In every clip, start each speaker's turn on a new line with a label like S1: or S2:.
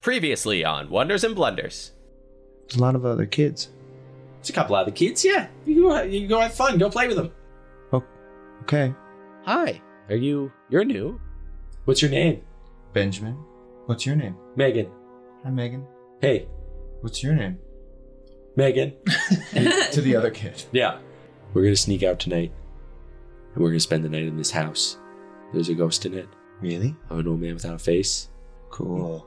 S1: Previously on Wonders and Blunders.
S2: There's a lot of other kids.
S3: It's a couple other kids, yeah. You can, go- you can go have fun. Go play with them.
S2: Oh, Okay.
S4: Hi. Are you you're new?
S3: What's your name?
S5: Benjamin, what's your name?
S3: Megan.
S5: Hi, Megan.
S3: Hey,
S5: What's your name?
S3: Megan.
S5: to the other kid.
S3: Yeah.
S4: We're gonna sneak out tonight. And we're gonna spend the night in this house. There's a ghost in it.
S5: Really?
S4: I'm an old man without a face.
S5: Cool.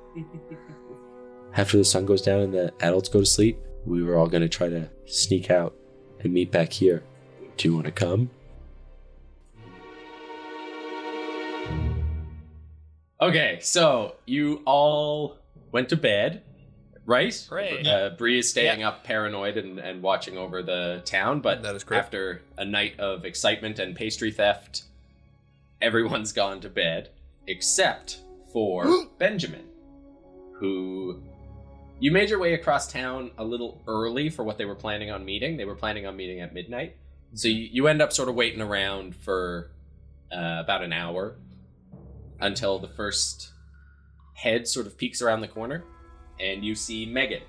S4: After the sun goes down and the adults go to sleep, we were all gonna try to sneak out and meet back here. Do you wanna come?
S3: Okay, so you all went to bed, right?
S6: Great.
S3: Uh, Bree is staying up paranoid and, and watching over the town, but
S6: That is correct.
S3: after a night of excitement and pastry theft, everyone's gone to bed except for Benjamin, who you made your way across town a little early for what they were planning on meeting. They were planning on meeting at midnight. So you, you end up sort of waiting around for uh, about an hour until the first head sort of peeks around the corner and you see Megan.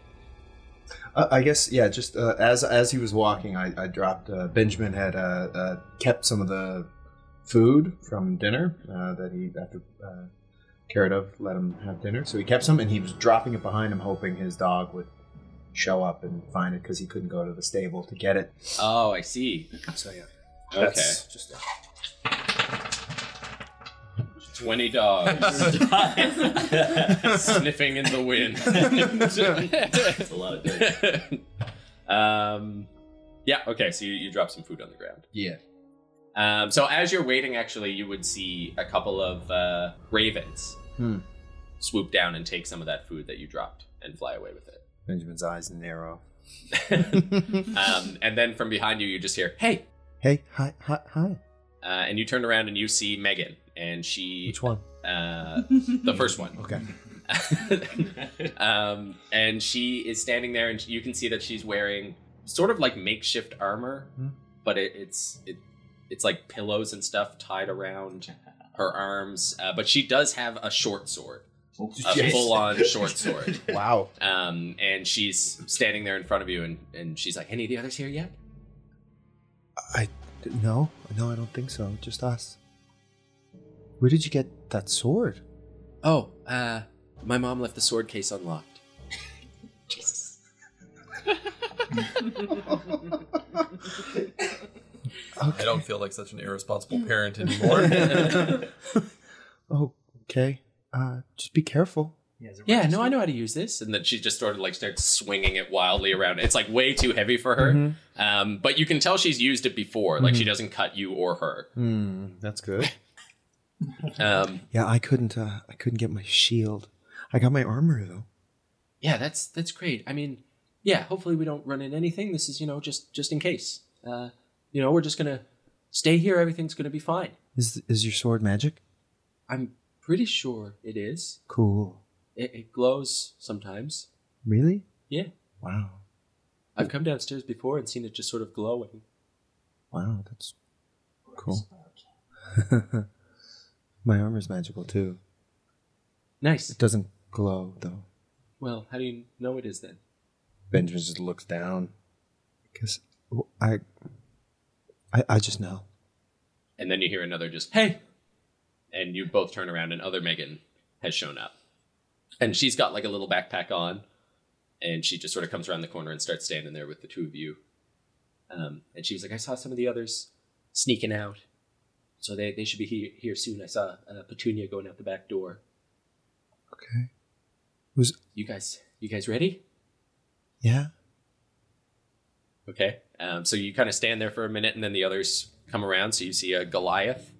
S5: Uh, I guess yeah. Just uh, as as he was walking, I, I dropped. Uh, Benjamin had uh, uh, kept some of the food from dinner uh, that he after uh, carried of let him have dinner. So he kept some, and he was dropping it behind him, hoping his dog would show up and find it because he couldn't go to the stable to get it.
S3: Oh, I see.
S5: So yeah.
S3: Okay.
S5: that's Just
S3: 20 dogs sniffing in the wind. That's a lot of Um, yeah, okay, so you, you drop some food on the ground.
S5: yeah.
S3: Um, so as you're waiting, actually, you would see a couple of uh, ravens
S5: Hmm.
S3: swoop down and take some of that food that you dropped and fly away with it.
S5: Benjamin's eyes narrow.
S3: Um, and then from behind you, you just hear, hey!
S2: Hey, hi, hi, hi.
S3: Uh, and you turn around and you see Megan, and she
S2: Which one?
S3: Uh, the first one.
S2: Okay.
S3: um, and she is standing there, and you can see that she's wearing sort of like makeshift armor,
S5: Hmm.
S3: but it, it's it, it's like pillows and stuff tied around her arms. Uh, but she does have a short sword, a
S5: Oh, Yes.
S3: full-on short sword.
S2: Wow.
S3: Um, and she's standing there in front of you, and, and she's like, "Any of the others here yet?"
S2: No, no, I don't think so. Just us. Where did you get that sword?
S3: Oh, uh, my mom left the sword case unlocked.
S2: Okay.
S6: I don't feel like such an irresponsible parent anymore.
S2: Okay. Uh, just be careful.
S3: Yeah, no, I know how to use this. And then she just sort of like starts swinging it wildly around. It's like way too heavy for her.
S2: Mhm.
S3: Um, but you can tell she's used it before. Like she doesn't cut you or her.
S2: Hmm, that's good.
S3: Um,
S2: Yeah, I couldn't. Uh, I couldn't get my shield. I got my armor though.
S3: yeah, that's that's great. I mean, yeah, hopefully we don't run into anything. This is you know just just in case. Uh, you know, we're just gonna stay here. Everything's gonna be fine.
S2: Is is your sword magic?
S3: I'm pretty sure it is.
S2: Cool.
S3: It, it glows sometimes.
S2: Really?
S3: Yeah.
S2: Wow.
S3: I've come downstairs before and seen it just sort of glowing.
S2: Wow, that's cool. my armor's magical too.
S3: Nice.
S2: It doesn't glow though.
S3: Well, how do you know it is then?
S2: Benjamin just looks down. Because I, I, I just know.
S3: And then you hear another just, hey! And you both turn around, and other Megan has shown up. And she's got like a little backpack on, and she just sort of comes around the corner and starts standing there with the two of you. Um, and she was like, I saw some of the others sneaking out. So they, they should be here, here soon. I saw uh, Petunia going out the back door.
S2: Okay. Was
S3: You guys, you guys ready?
S2: yeah.
S3: Okay. Um, so you kind of stand there for a minute, and then the others come around. So you see a Goliath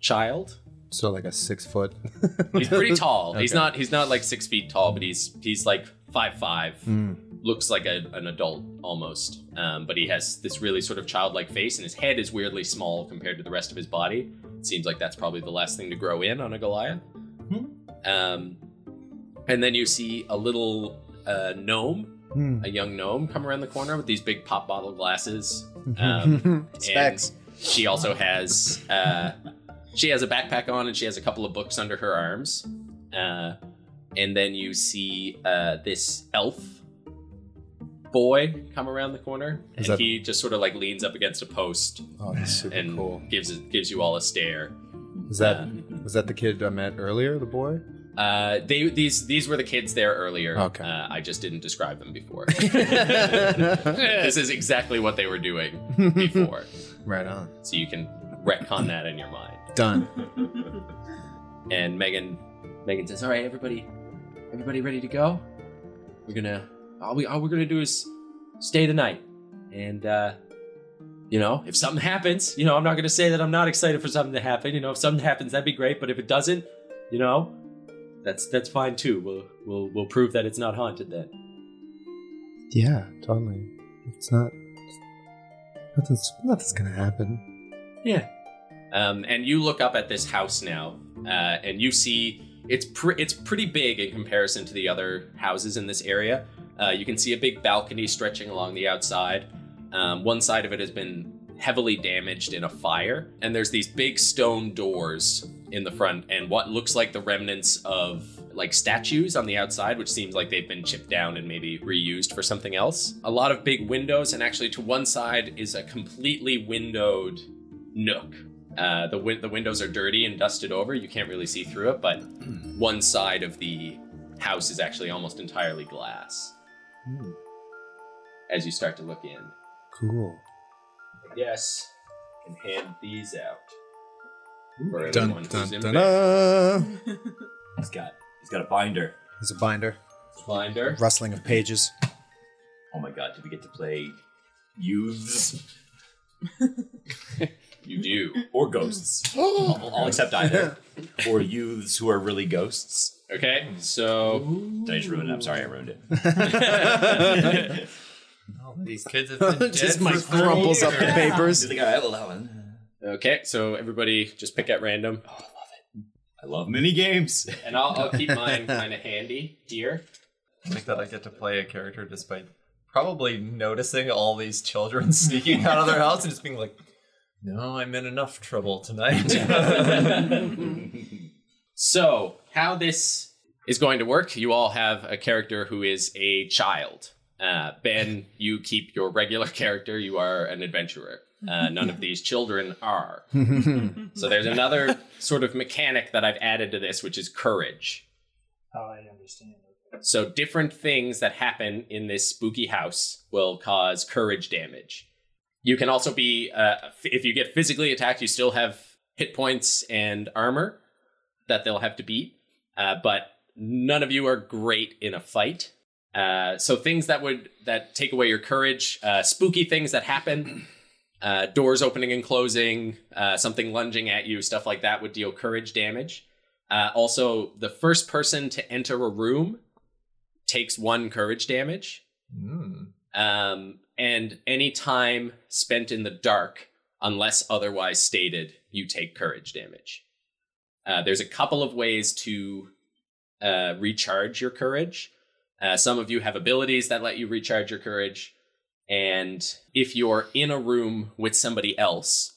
S3: child
S2: So like a six foot.
S3: He's pretty tall. He's
S2: Okay.
S3: not he's not like six feet tall, but he's he's like five five.
S2: Hmm.
S3: Looks like a, an adult almost, um, but he has this really sort of childlike face, and his head is weirdly small compared to the rest of his body. Seems like that's probably the last thing to grow in on a Goliath. Um, and then you see a little uh, gnome,
S2: Hmm.
S3: a young gnome, come around the corner with these big pop bottle glasses. Um,
S5: Specs.
S3: and she also has uh, she has a backpack on and she has a couple of books under her arms. Uh, and then you see uh, this elf boy come around the corner, and
S2: that-
S3: he just sort of like leans up against a post
S2: Oh, that's super
S3: and
S2: cool.
S3: gives gives you all a stare.
S2: Is that was that the kid I met earlier? The boy.
S3: Uh, they these these were the kids there earlier.
S2: Okay.
S3: Uh, I just didn't describe them before. this is exactly what they were doing before,
S2: Right on.
S3: so you can retcon that in your mind.
S2: Done.
S3: And Megan, Megan says, "All right, everybody, everybody ready to go? We're gonna all we all we're gonna do is stay the night, and uh, you know, if something happens, you know, I'm not gonna say that I'm not excited for something to happen. You know, if something happens, that'd be great. But if it doesn't, you know, that's that's fine too. We'll we'll we'll prove that it's not haunted then."
S2: Yeah, totally. It's not. Nothing's nothing's gonna happen.
S3: Yeah. Um, and you look up at this house now, uh, and you see it's pre- it's pretty big in comparison to the other houses in this area. Uh, you can see a big balcony stretching along the outside. Um, one side of it has been heavily damaged in a fire, and there's these big stone doors in the front, and what looks like the remnants of like statues on the outside, which seems like they've been chipped down and maybe reused for something else. A lot of big windows, and actually to one side is a completely windowed nook. Uh, the win- the windows are dirty and dusted over. You can't really see through it, but one side of the house is actually almost entirely glass.
S2: Hmm.
S3: As you start to look in,
S2: Cool.
S3: yes, and hand these out for
S2: Dun,
S3: everyone
S2: dun,
S3: who's in
S2: dun,
S3: bed.
S2: dun.
S7: He's got he's got a binder.
S2: There's a binder.
S3: Binder.
S2: Rustling of pages.
S7: Oh my god, do we get to play youths
S3: You do.
S7: or ghosts? I'll, I'll accept either. or youths who are really ghosts.
S3: Okay, so
S7: Did I just ruin it? I'm sorry, I ruined it.
S3: uh,
S6: Oh, These kids have been dead
S2: Just
S6: for
S2: Mike
S6: 30
S2: crumples up the
S6: years.
S7: Do
S2: papers.
S7: you think I will allow one?
S3: okay, so everybody just pick at random,
S7: I love mini games.
S3: and I'll, I'll keep mine kind of handy here.
S6: I think that I get to play a character despite probably noticing all these children sneaking out of their house and just being like, "No, I'm in enough trouble tonight."
S3: So, how this is going to work, you all have a character who is a child. Uh, ben, you keep your regular character, you are an adventurer. Uh, none of these children are. so, there's another sort of mechanic that I've added to this, which is courage.
S8: Oh, I understand.
S3: So different things that happen in this spooky house will cause courage damage. You can also be, uh, f- if you get physically attacked, you still have hit points and armor that they'll have to beat. Uh, but none of you are great in a fight. Uh, so things that would that take away your courage, uh, spooky things that happen, uh, doors opening and closing, uh, something lunging at you, stuff like that would deal courage damage. Uh, also, the first person to enter a room takes one courage damage.
S6: Mm.
S3: Um, and any time spent in the dark, unless otherwise stated, you take courage damage. Uh, there's a couple of ways to uh, recharge your courage. Uh, some of you have abilities that let you recharge your courage. And if you're in a room with somebody else,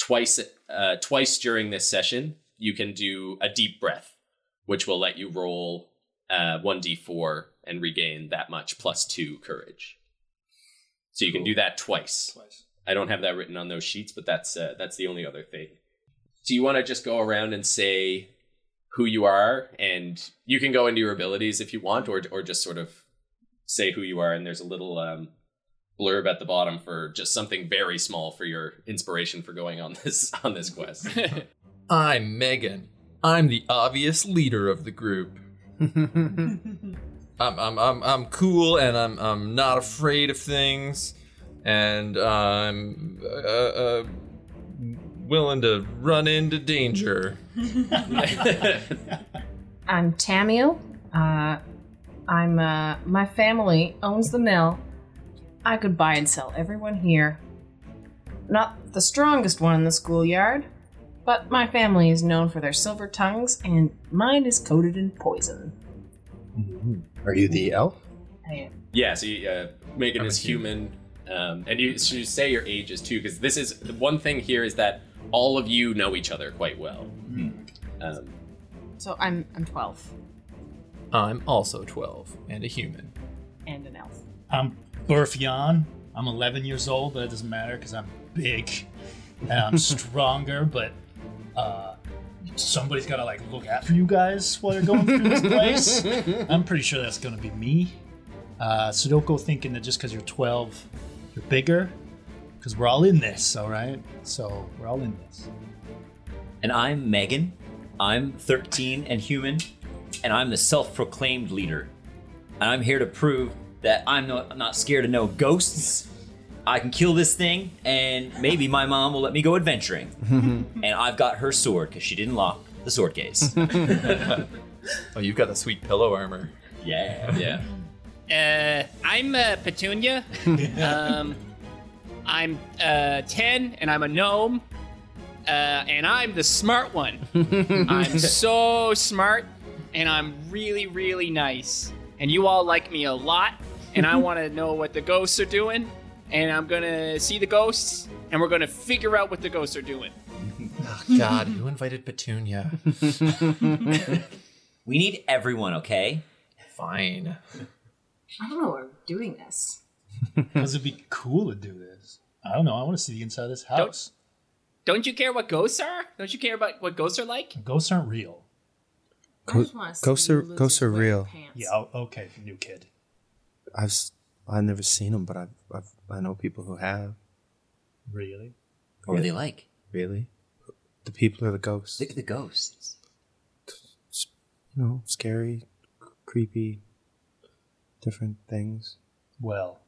S3: twice uh, twice during this session, you can do a deep breath, which will let you roll uh, 1d4 and regain that much plus 2 courage. So you can do that twice.
S8: Twice.
S3: I don't have that written on those sheets, but that's uh, that's the only other thing. Do you want to just go around and say who you are and you can go into your abilities if you want or or just sort of say who you are and there's a little um blurb at the bottom for just something very small for your inspiration for going on this on this quest.
S6: I'm Megan. I'm the obvious leader of the group.
S2: Mm-hmm.
S6: I'm, I'm, I'm, I'm cool and I'm, I'm not afraid of things and I'm uh, uh, willing to run into danger.
S9: I'm Tamiel. Uh, I'm uh, my family owns the mill. I could buy and sell everyone here. Not the strongest one in the schoolyard, but my family is known for their silver tongues, and mine is coated in poison.
S2: Are you the elf?
S9: I am.
S3: Yeah, so you, uh, Megan
S6: I'm a
S3: is human, um, and you should say your ages too, because this is the one thing here is that all of
S7: Hmm.
S3: you know each other quite well. Um,
S9: So I'm I'm 12.
S6: I'm also 12 and a human.
S9: and an elf.
S8: I'm Burfion. I'm 11 years old, but it doesn't matter because I'm big and I'm stronger. But uh, somebody's got to like look after you guys while you're going through this place. I'm pretty sure that's going to be me. Uh, so don't go thinking that just because you're 12, you're bigger. Because we're all in this, all right? So we're all in this.
S7: And I'm Megan. I'm 13 and human, and I'm the self proclaimed leader. And I'm here to prove that I'm not, I'm not scared of no ghosts. I can kill this thing, and maybe my mom will let me go adventuring. and I've got her sword because she didn't lock the sword case.
S6: Oh, you've got the sweet pillow armor.
S7: yeah.
S3: Yeah.
S10: Uh, I'm uh, Petunia. um, I'm uh, 10 and I'm a gnome. Uh, and I'm the smart one. I'm so smart and I'm really, really nice. And you all like me a lot. And I want to know what the ghosts are doing. And I'm going to see the ghosts and we're going to figure out what the ghosts are doing.
S6: God, who invited Petunia?
S7: We need everyone, okay?
S6: Fine.
S9: I don't know why I'm doing this.
S8: Because it'd be cool to do this. I don't know. I want to see the inside of this house.
S10: Don't you care what ghosts are? Don't you care about what ghosts are like?
S8: Ghosts aren't real.
S9: I just wanna see
S2: ghosts are-
S9: you lose
S2: ghosts
S9: your
S2: are
S9: wearing
S2: real.
S9: pants.
S8: Yeah, o- okay, new kid.
S2: I've s- I've never seen them, but I've, I've I know people who have.
S8: Really?
S7: What are they like?
S2: Really, the people are the ghosts.
S7: Look at the ghosts.
S2: You know, scary, c- creepy, different things.
S8: Well,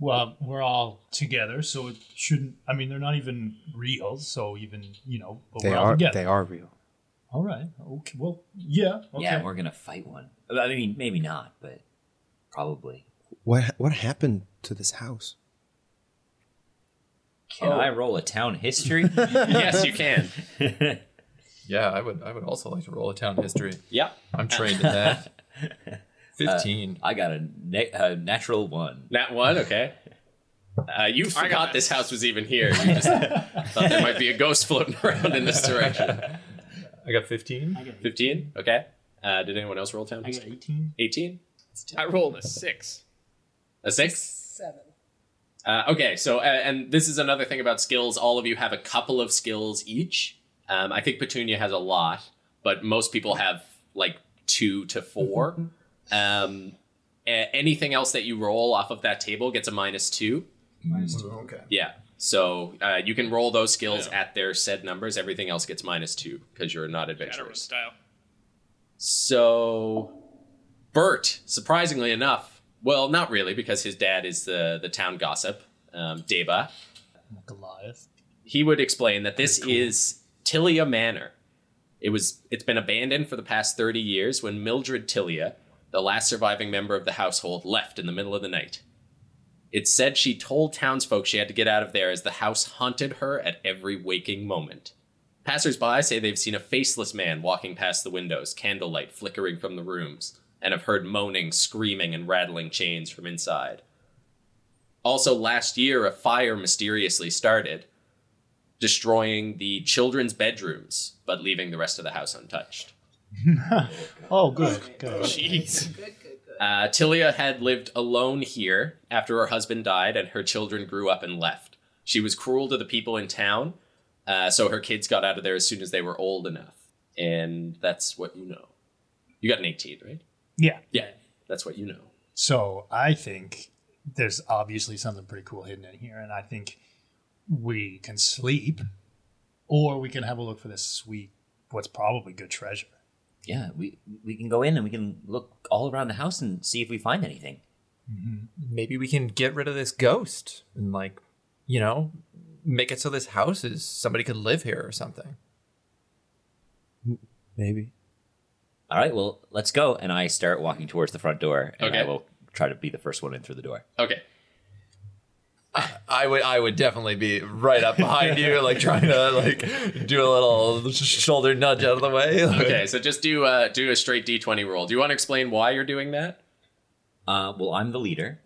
S8: well, we're all together, so it shouldn't. I mean, they're not even real, so even you know, but
S2: They
S8: we're all
S2: are
S8: together.
S2: they are real.
S8: All right. Okay. Well, yeah. Okay.
S7: Yeah, we're gonna fight one. I mean, maybe not, but probably.
S2: What what happened to this house?
S7: Can I roll a town history?
S3: yes, you can.
S6: Yeah, I would. I would also like to roll a town history.
S3: Yeah.
S6: I'm trained in
S7: uh,
S6: that. Fifteen.
S7: I got a, na- a natural one.
S3: That one, okay. Uh, you forgot this house was even here. You just thought there might be a ghost floating around in this direction.
S6: I got fifteen.
S8: I got, eight-
S3: 15, okay. Uh, did anyone else roll town?
S8: I got eighteen.
S3: 18?
S10: I rolled a six.
S3: A 6?
S9: Seven.
S3: Uh, okay, so, uh, and this is another thing about skills. All of you have a couple of skills each. Um, I think Petunia has a lot, but most people have like two to four. um, a- anything else that you roll off of that table gets a minus two.
S5: Okay.
S3: Yeah. So uh, you can roll those skills at their said numbers. Everything else gets minus two because you're not
S10: Shadowrun
S3: adventurers.
S10: style.
S3: So, Bert, surprisingly enough, well, not really because his dad is the the town gossip, um, Deba.
S8: Goliath.
S3: He would explain that this is Tilia Manor. It was it's been abandoned for the past 30 years when Mildred Tilia, the last surviving member of the household, left in the middle of the night. It said she told townsfolk she had to get out of there as the house haunted her at every waking moment. Passersby say they've seen a faceless man walking past the windows, candlelight flickering from the rooms, and have heard moaning, screaming, and rattling chains from inside. Also, last year, a fire mysteriously started, destroying the children's bedrooms, but leaving the rest of the house untouched.
S8: Oh, good. Good.
S10: Jeez.
S9: Good, good, good.
S3: Uh, Tilia had lived alone here after her husband died and her children grew up and left. She was cruel to the people in town, uh, so her kids got out of there as soon as they were old enough. And that's what you know. You got an 18, right?
S8: Yeah.
S3: Yeah, that's what you know.
S8: So I think there's obviously something pretty cool hidden in here, and I think we can sleep, or we can have a look for this sweet, what's probably good treasure.
S7: Yeah, we we can go in and we can look all around the house and see if we find anything.
S6: Maybe we can get rid of this ghost and like, you know, make it so this house is somebody could live here or something.
S2: Maybe.
S7: All right, well, let's go. And I start walking towards the front door, and I
S3: Okay.
S7: will try to be the first one in through the door.
S3: Okay.
S6: I would I would definitely be right up behind you, like trying to like do a little shoulder nudge out of the way.
S3: Okay, so just do uh, do a straight d20 roll. Do you want to explain why you're doing that?
S7: Uh, well, I'm the leader,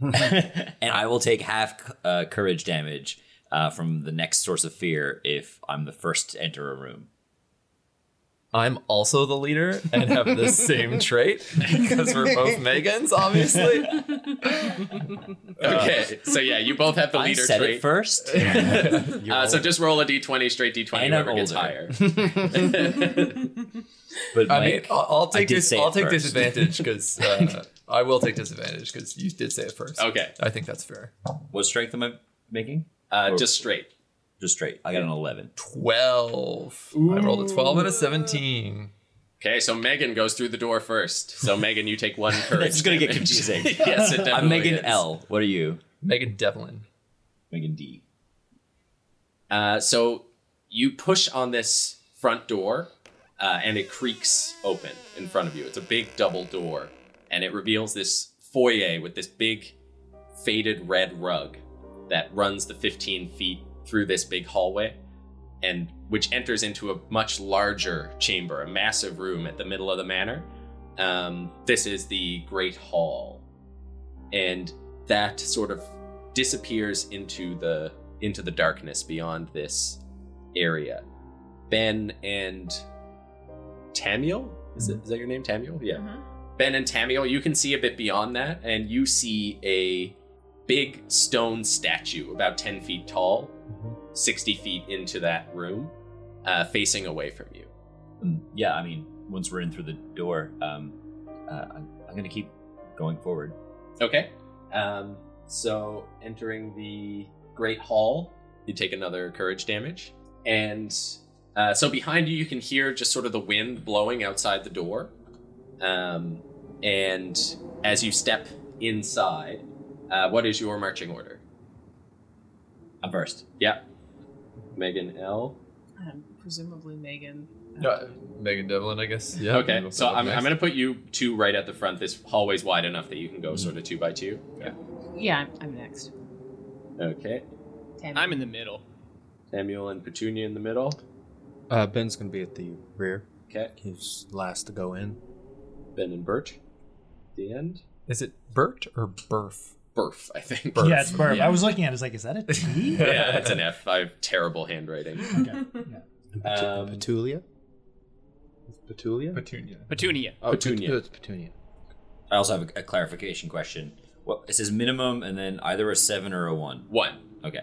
S7: and I will take half uh, courage damage uh, from the next source of fear if I'm the first to enter a room.
S6: I'm also the leader and have the same trait because we're both Megans, obviously.
S3: Okay, so yeah, you both have the
S7: Uh, I
S3: leader
S7: said
S3: trait.
S7: it first.
S3: Uh, so just roll a d20, straight d20,
S7: And I'm
S3: whoever gets
S7: older.
S3: higher.
S7: But
S6: I
S7: Mike,
S6: mean, I'll, I'll
S7: I
S6: take
S7: did
S6: this.
S7: say
S6: I'll
S7: it
S6: take
S7: first.
S6: disadvantage because uh, I will take disadvantage because you did say it first.
S3: Okay,
S6: I think that's fair.
S7: what strength am I making?
S3: uh, just straight.
S7: Just straight. I got an 11.
S6: Twelve. I rolled a twelve and a seventeen.
S3: Okay, so Megan goes through the door first. So Megan, you take one courage.
S7: It's gonna get
S3: damage.
S7: confusing.
S3: yes, it definitely
S7: I'm Megan
S3: is.
S7: L. What are you?
S6: Megan Devlin.
S7: Megan D.
S3: Uh, so you push on this front door, uh, and it creaks open in front of you. It's a big double door, and it reveals this foyer with this big faded red rug that runs the 15 feet through this big hallway, and which enters into a much larger chamber, a massive room at the middle of the manor. Um, this is the Great Hall, and that sort of disappears into the into the darkness beyond this area. Ben and Tamiel? Is, it, is that your name, Tamiel? Yeah.
S9: Mm-hmm.
S3: Ben and Tamiel, you can see a bit beyond that, and you see a big stone statue about 10 feet tall, 60 feet into that room, uh, facing away from you.
S7: Mm, Yeah, I mean, once we're in through the door, um, uh, I'm, I'm going to keep going forward.
S3: Okay. Um, so entering the Great Hall, you take another courage damage. And uh, so behind you, you can hear just sort of the wind blowing outside the door. Um, and as you step inside, uh, what is your marching order?
S7: I'm first.
S3: Yeah. Megan L.
S9: Um, presumably Megan.
S6: Uh, Megan Devlin, I guess. Yeah.
S3: Okay,
S6: we'll
S3: so
S6: put up
S3: I'm, I'm
S6: next.
S3: going to put you two right at the front. This hallway's wide enough that you can
S6: Mm-hmm.
S3: go sort of two by two. Yeah.
S9: Yeah, I'm, I'm next.
S3: Okay.
S9: Tammy.
S10: I'm in the middle.
S3: Samuel and Petunia in the middle.
S2: Uh, Ben's gonna be at the rear.
S3: Okay.
S2: He's last to go in.
S3: Ben and Bert. The end.
S6: Is it Bert or Burf?
S3: Burf, I think.
S6: Burf.
S8: Yeah, it's burp.
S6: Yeah.
S8: I was looking at it, I was like, is that a T?
S3: yeah, it's an F. I have terrible handwriting. Um,
S2: Petulia. Petulia.
S6: Petunia.
S10: Petunia.
S2: oh,
S3: Petunia.
S2: Pet- it's Petunia.
S7: I also have a, a clarification question. Well, it says minimum and then either a 7 or a 1.
S3: One.
S7: Okay.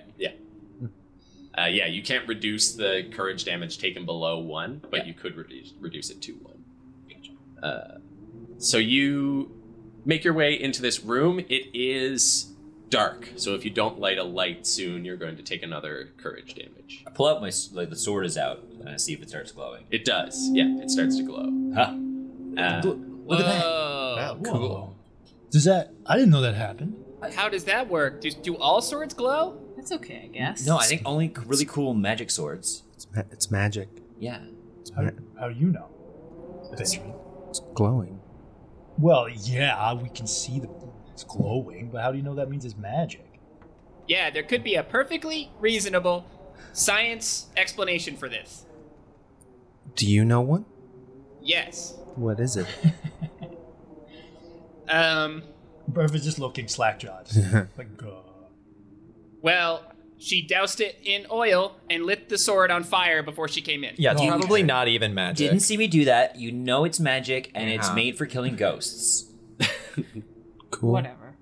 S3: Uh, yeah, you can't reduce the courage damage taken below one, but
S7: Yeah.
S3: you could reduce reduce it to one. Uh, so you make your way into this room. It is dark, so if you don't light a light soon, you're going to take another courage damage.
S7: I pull out my, s- like, the sword is out and I see if it starts glowing.
S3: It does. Yeah, it starts to glow.
S7: Huh.
S3: Uh,
S7: Look at that.
S10: Whoa.
S8: cool. Does that? I didn't know that happened.
S10: How does that work? Do, do all swords glow?
S9: That's okay, I guess.
S7: No, I think only c- really cool magic swords.
S2: It's, ma- it's magic.
S7: Yeah.
S8: How, how do you know? Benjamin?
S2: It's glowing.
S8: Well, yeah, uh, we can see the it's glowing, but how do you know that means it's magic?
S10: Yeah, there could be a perfectly reasonable science explanation for this.
S2: Do you know one?
S10: Yes.
S2: What is it?
S10: Um,
S8: Burf is just looking slackjawed, like, uh, "Gah."
S10: well, she doused it in oil and lit the sword on fire before she came in.
S6: Yeah, it's
S8: No,
S6: probably
S8: okay.
S6: not even magic.
S7: Didn't see me do that. You know it's magic and it's
S6: Yeah.
S7: made for killing ghosts.
S2: cool.
S9: Whatever.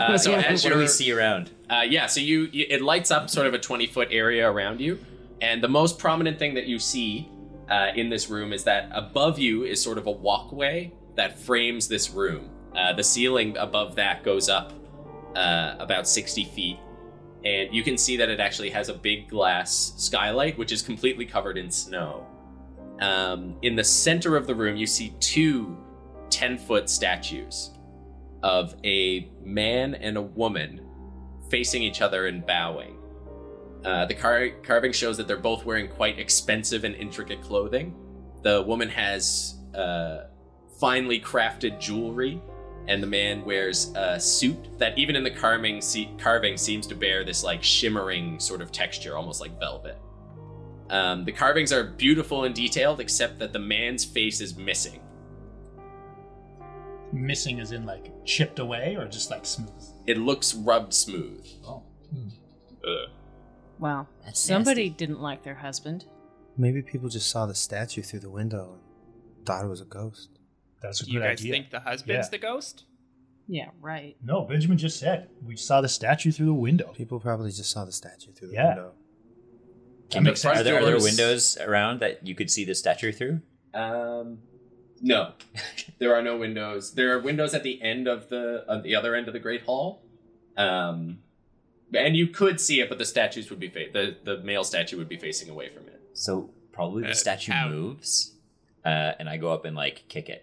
S3: uh, so as
S7: what
S3: you're
S7: do we see around?
S3: Uh, yeah, so you, you it lights up sort of a 20 foot area around you, and the most prominent thing that you see uh, in this room is that above you is sort of a walkway that frames this room. Uh, the ceiling above that goes up uh, about 60 feet, and you can see that it actually has a big glass skylight, which is completely covered in snow. Um, in the center of the room, you see two 10 foot statues of a man and a woman facing each other and bowing. Uh, the car- carving shows that they're both wearing quite expensive and intricate clothing. The woman has uh, finely crafted jewelry, and the man wears a suit that, even in the carving, se- carving seems to bear this like shimmering sort of texture, almost like velvet. Um, the carvings are beautiful and detailed, except that the man's face is missing.
S8: missing is in like chipped away or just like smooth.
S3: It looks rubbed smooth.
S8: Oh,
S9: Wow.
S7: That's
S9: Somebody didn't like their husband.
S2: Maybe people just saw the statue through the window and thought it was a ghost.
S8: That's a
S10: Do you
S8: good
S10: guys
S8: idea.
S10: think the husband's
S8: Yeah.
S10: the ghost?
S9: Yeah, right.
S8: No, Benjamin just said we saw the statue through the window.
S2: People probably just saw the statue through the
S8: Yeah.
S2: window.
S3: Can the front
S7: are there other
S3: doors-
S7: windows around that you could see the statue through?
S3: Um, no, there are no windows. There are windows at the end of the on the other end of the great hall, um, and you could see it, but the statues would be fa- the the male statue would be facing away from it.
S7: So probably the
S10: Uh,
S7: statue
S10: out.
S7: moves, uh, and I go up and like kick it.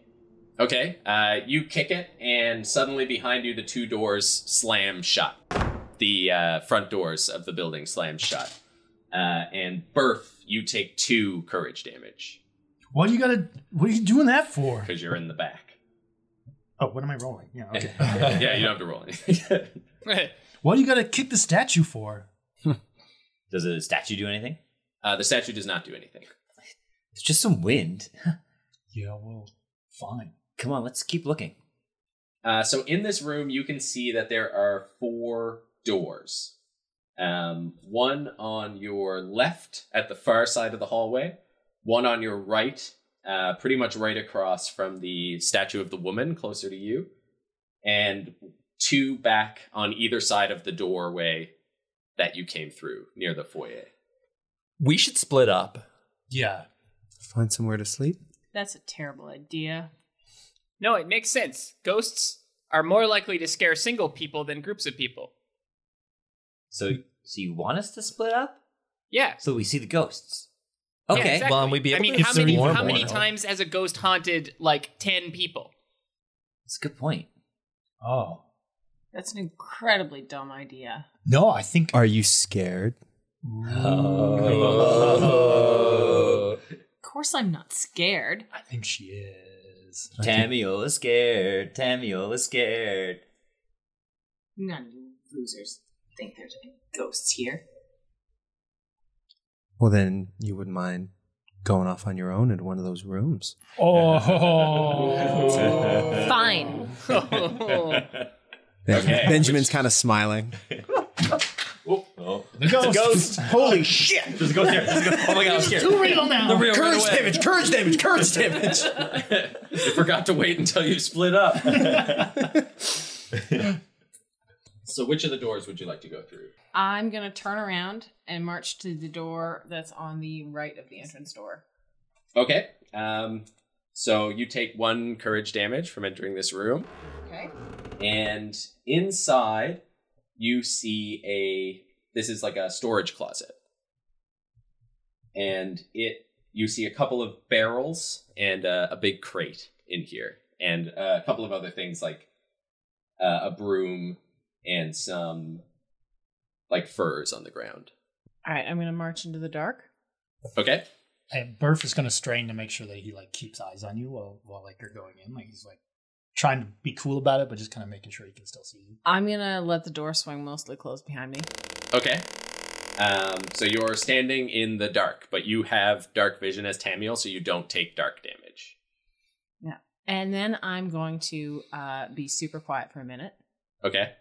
S3: Okay, uh, you kick it, and suddenly behind you the two doors slam shut. The uh, front doors of the building slam shut, uh, and Berth, you take two courage damage
S8: What you gotta? What are you doing that for?
S3: because you're in the back.
S8: Oh, what am I rolling? Yeah. Okay.
S3: yeah, you don't have to roll anything.
S8: what do you gotta kick the statue for?
S7: Does the statue do anything?
S3: uh, the statue does not do anything.
S7: It's just some wind.
S8: Yeah. Well, fine.
S7: Come on, let's keep looking.
S3: Uh, so in this room, you can see that there are four doors. Um, one on your left at the far side of the hallway, one on your right, uh, pretty much right across from the statue of the woman closer to you, and two back on either side of the doorway that you came through near the foyer.
S11: We should split up.
S8: Yeah.
S2: Find somewhere to sleep.
S9: That's a terrible idea.
S10: No, it makes sense. Ghosts are more likely to scare single people than groups of people.
S7: So, so you want us to split up
S10: Yeah.
S7: so we see the ghosts?
S10: Yeah,
S11: Okay,
S10: exactly.
S11: well, we'd be
S10: I
S11: able
S10: mean,
S11: to
S10: how many,
S11: explore
S10: how
S11: more.
S10: many times has a ghost haunted like 10 people?
S7: That's a good point.
S8: Oh.
S9: That's an incredibly dumb idea.
S8: No, I think.
S2: Are you scared?
S11: Oh.
S9: Of course, I'm not scared.
S8: I think she is.
S7: Tamiola's scared. Tamiola's scared.
S9: None of you losers think there's any ghosts here.
S2: Well, then you wouldn't mind going off on your own into one of those rooms.
S8: Oh.
S9: Fine.
S3: Okay.
S2: Benjamin's kind of smiling.
S8: the ghost.
S11: Holy shit! There's a ghost there. There's a ghost. Oh my god, I'm scared.
S8: Too real now.
S11: The real
S2: Courage
S11: right away.
S2: damage, courage damage, courage damage.
S3: you forgot to wait until you split up. so, which of the doors would you like to go through?
S9: I'm gonna turn around and march to the door that's on the right of the entrance door.
S3: Okay. Um, so you take one courage damage from entering this room,
S9: Okay.
S3: and inside you see a. This is like a storage closet, and it you see a couple of barrels and uh, a big crate in here, and uh, a couple of other things like uh, a broom and some like furs on the ground.
S9: All right. I'm gonna march into the dark.
S3: Okay.
S8: And Burf is gonna strain to make sure that he like keeps eyes on you while while like you're going in. Like he's like trying to be cool about it, but just kind of making sure he can still see you.
S9: I'm gonna let the door swing mostly closed behind me.
S3: Okay. Um, so you're standing in the dark, but you have dark vision as Tamiel, so you don't take dark damage.
S9: And then I'm going to uh, be super quiet for a minute.
S3: Okay.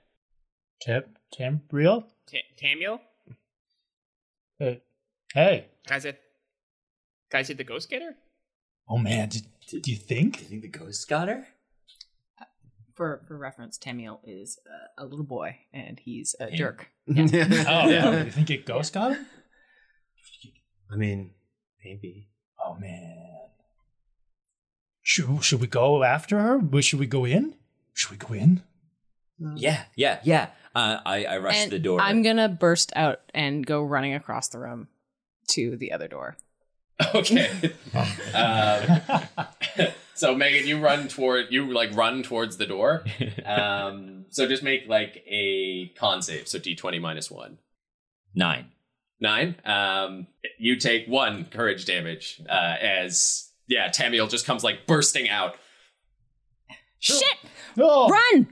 S8: Tim, Tim, real?
S10: T- Tamiel?
S8: Hey, hey.
S10: Guys, it, guys, did the ghost get her?
S8: Oh man, did, do you
S7: Do
S8: think?
S7: you think the ghost got her?
S9: For for reference, Tamiel is uh, a little boy and he's a
S7: Him.
S9: jerk.
S8: Oh, yeah. you think it ghost got him?
S2: I mean, maybe.
S8: Oh man. Should should we go after her? Where Should we go in? Should we go in?
S7: Yeah, yeah, yeah. Uh, I I rush
S9: And
S7: the door.
S9: I'm gonna burst out and go running across the room to the other door.
S3: Okay. um, so Megan, you run toward you like run towards the door. Um, so just make like a con save, so D twenty minus one.
S7: Nine.
S3: Nine. Um, you take one courage damage uh, as yeah, Tamiel just comes like bursting out.
S9: Shit!
S8: Oh,
S9: Run!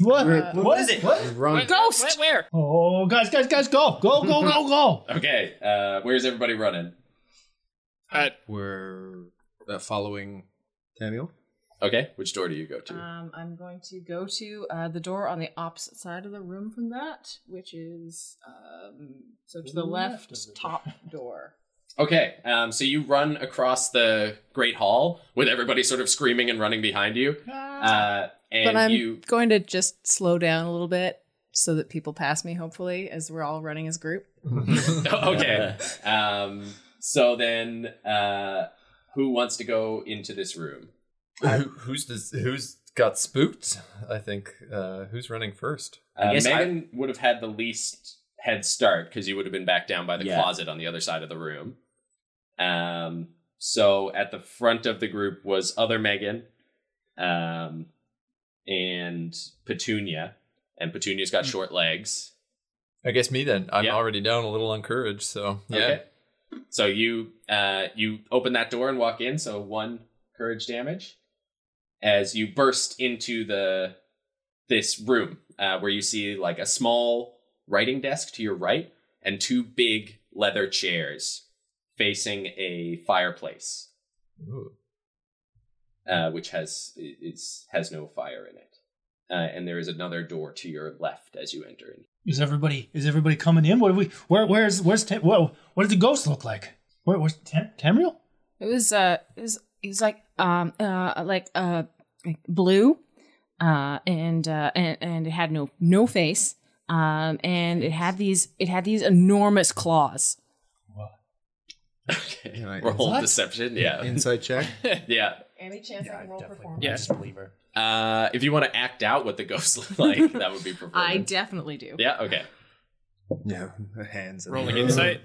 S8: what?
S7: What is it?
S8: Uh,
S10: Where-
S9: Ghost!
S10: Where? where?
S8: Oh, guys, guys, guys, go, go, go, go, go!
S3: Okay, uh, where's everybody running?
S10: Uh,
S2: We're uh, following Daniel.
S3: Okay, which door do you go to?
S9: Um, I'm going to go to uh, the door on the opposite side of the room from that, which is um, so to the left, top door.
S3: Okay, um, so you run across the Great Hall with everybody sort of screaming and running behind you.
S8: Ah.
S3: Uh, and
S9: but I'm
S3: you.
S9: going to just slow down a little bit so that people pass me, hopefully, as we're all running as group.
S10: oh,
S3: okay. Um, so then, uh, who wants to go into this room?
S6: Who, who's this, who's got spooked? I think uh, who's running first?
S3: Uh, Megan would have had the least head start because you would have been back down by the
S6: Yeah.
S3: closet on the other side of the room. Um, so at the front of the group was other Megan, um, and Petunia, and Petunia's got short legs.
S6: I guess me then. I'm already down a little on courage, so yeah.
S3: Okay. So you uh, you open that door and walk in. So one courage damage as you burst into the this room uh, where you see like a small writing desk to your right and two big leather chairs facing a fireplace, uh, which has i- is has no fire in it. Uh, and there is another door to your left as you enter.
S8: Is everybody is everybody coming in? What do we where where's where's Ta- what what did the ghost look like? Where was Tam- Tamriel?
S9: It was uh it was it was like um uh like uh like blue uh and uh and, and it had no no face um and it had these it had these enormous claws.
S3: Roll
S9: What?
S3: deception, yeah.
S2: Inside check.
S3: yeah.
S9: Any chance I can roll performance?
S3: Yes, believer. Uh, if you want to act out what the ghosts look like, that would be preferred.
S9: I definitely do.
S3: Yeah. Okay.
S2: Yeah. Hands.
S3: Rolling insight.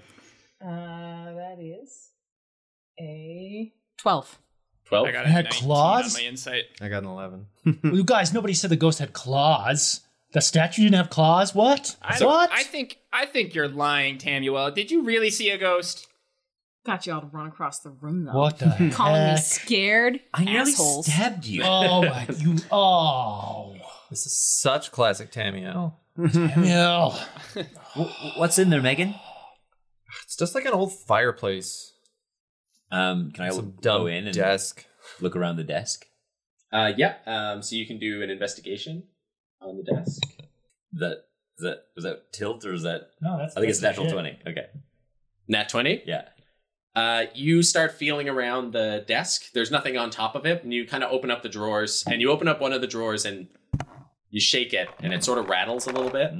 S9: Uh that is a 12.
S3: Twelve.
S8: I had claws.
S10: insight.
S2: I got an eleven.
S8: Well, you guys, nobody said the ghost had claws. The statue didn't have claws. What?
S10: I, don't-
S8: what?
S10: I think I think you're lying, Tamuel. Did you really see a ghost?
S9: Got y'all to run across the room though.
S8: What the
S9: Calling me
S8: heck?
S9: scared I assholes.
S8: stabbed you. Oh my! You oh.
S6: This is such classic Tamiel.
S8: Tamiel.
S7: What's in there, Megan?
S6: It's just like an old fireplace.
S7: Um, can I
S6: Some
S7: go
S6: dumb
S7: in and
S6: desk.
S7: look around the desk?
S3: Uh, yeah. Um, so you can do an investigation on the desk.
S7: That is that was that tilt or is that?
S8: No, that's-
S7: I think it's
S3: that's
S7: natural
S3: shit.
S7: twenty. Okay.
S3: Nat twenty.
S7: Yeah.
S3: Uh, you start feeling around the desk. There's nothing on top of it, and you kind of open up the drawers. And you open up one of the drawers, and you shake it, and it sort of rattles a little bit.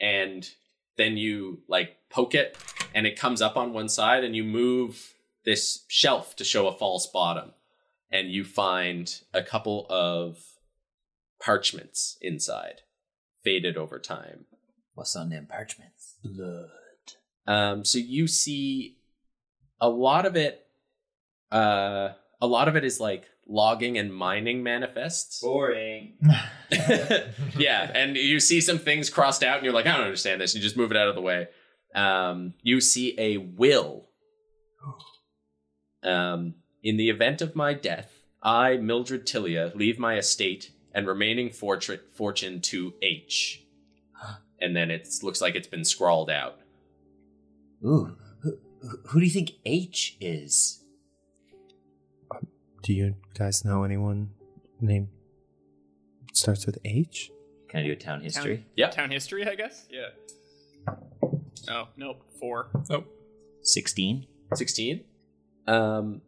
S3: And then you like poke it, and it comes up on one side, and you move this shelf to show a false bottom, and you find a couple of parchments inside, faded over time.
S7: What's on them parchments? Blood.
S3: Um, so you see a lot of it. Uh, a lot of it is like logging and mining manifests.
S7: Oh. Boring.
S3: yeah, and you see some things crossed out, and you're like, I don't understand this. You just move it out of the way. Um, you see a will. Um, in the event of my death, I, Mildred Tilia, leave my estate and remaining fortune fortune to H. And then it looks like it's been scrawled out.
S7: Ooh. Who, who- who do you think H is?
S2: Do you guys know anyone named starts with H?
S7: Can I do a town history?
S10: Town, Town history, I guess. Yeah. Oh nope. Four.
S6: Nope.
S7: Sixteen.
S3: 16 um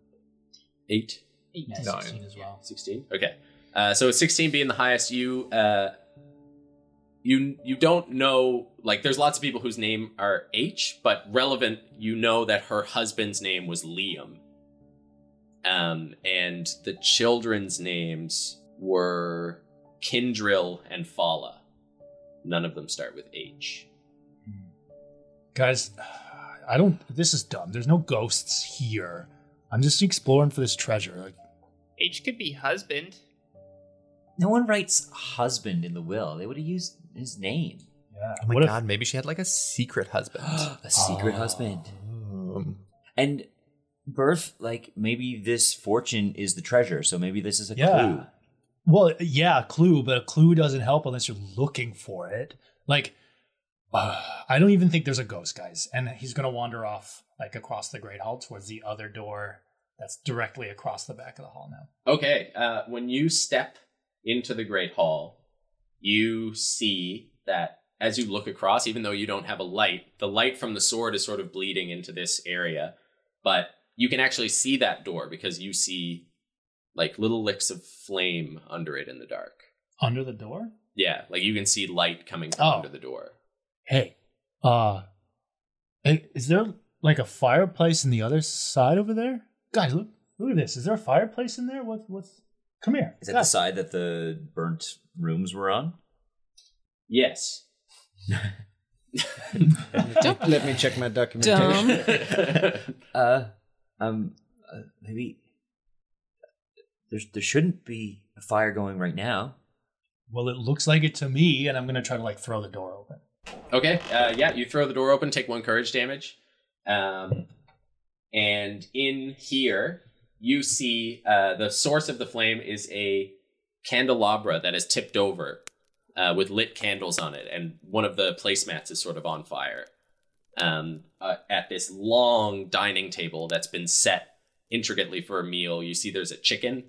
S3: 8
S9: Eight.
S8: Yeah, Nine. 16 as well.
S3: 16 okay uh, so with 16 being the highest you uh you you don't know like there's lots of people whose name are h but relevant you know that her husband's name was liam um and the children's names were kindrill and fala none of them start with h
S8: Guys, I don't. This is dumb. There's no ghosts here. I'm just exploring for this treasure. Like,
S10: H could be husband.
S7: No one writes husband in the will. They would have used his name.
S8: yeah.
S6: Oh my
S8: What if-
S6: god, maybe she had like a secret husband.
S7: a secret husband. And birth, like maybe this fortune is the treasure, so maybe this is a
S8: Yeah.
S7: clue.
S8: Well, yeah, clue, but a clue doesn't help unless you're looking for it. Like, uh, I don't even think there's a ghost, guys. And he's gonna wander off like across the great hall towards the other door that's directly across the back of the hall now.
S3: Okay, uh, when you step into the Great Hall, you see that as you look across, even though you don't have a light, the light from the sword is sort of bleeding into this area. But you can actually see that door because you see like little licks of flame under it in the dark.
S8: Under the door?
S3: Yeah, like you can see light coming from
S8: Oh.
S3: under the door.
S8: Hey, uh, i- is there like a fireplace in the other side over there? Guys, look, look at this. Is there a fireplace in there? What's what's? Come here.
S7: Is that the side that the burnt rooms were on?
S3: Yes.
S2: Let me check my
S7: Dumb.
S2: documentation.
S7: uh, um, uh, maybe there's there shouldn't be a fire going right now.
S8: Well, it looks like it to me, and I'm gonna try to like throw the door open.
S3: Okay. Uh, yeah, you throw the door open, take one courage damage. Um, and in here, you see uh, the source of the flame is a candelabra that is tipped over uh, with lit candles on it, and one of the placemats is sort of on fire um, uh, at this long dining table that's been set intricately for a meal. You see there's a chicken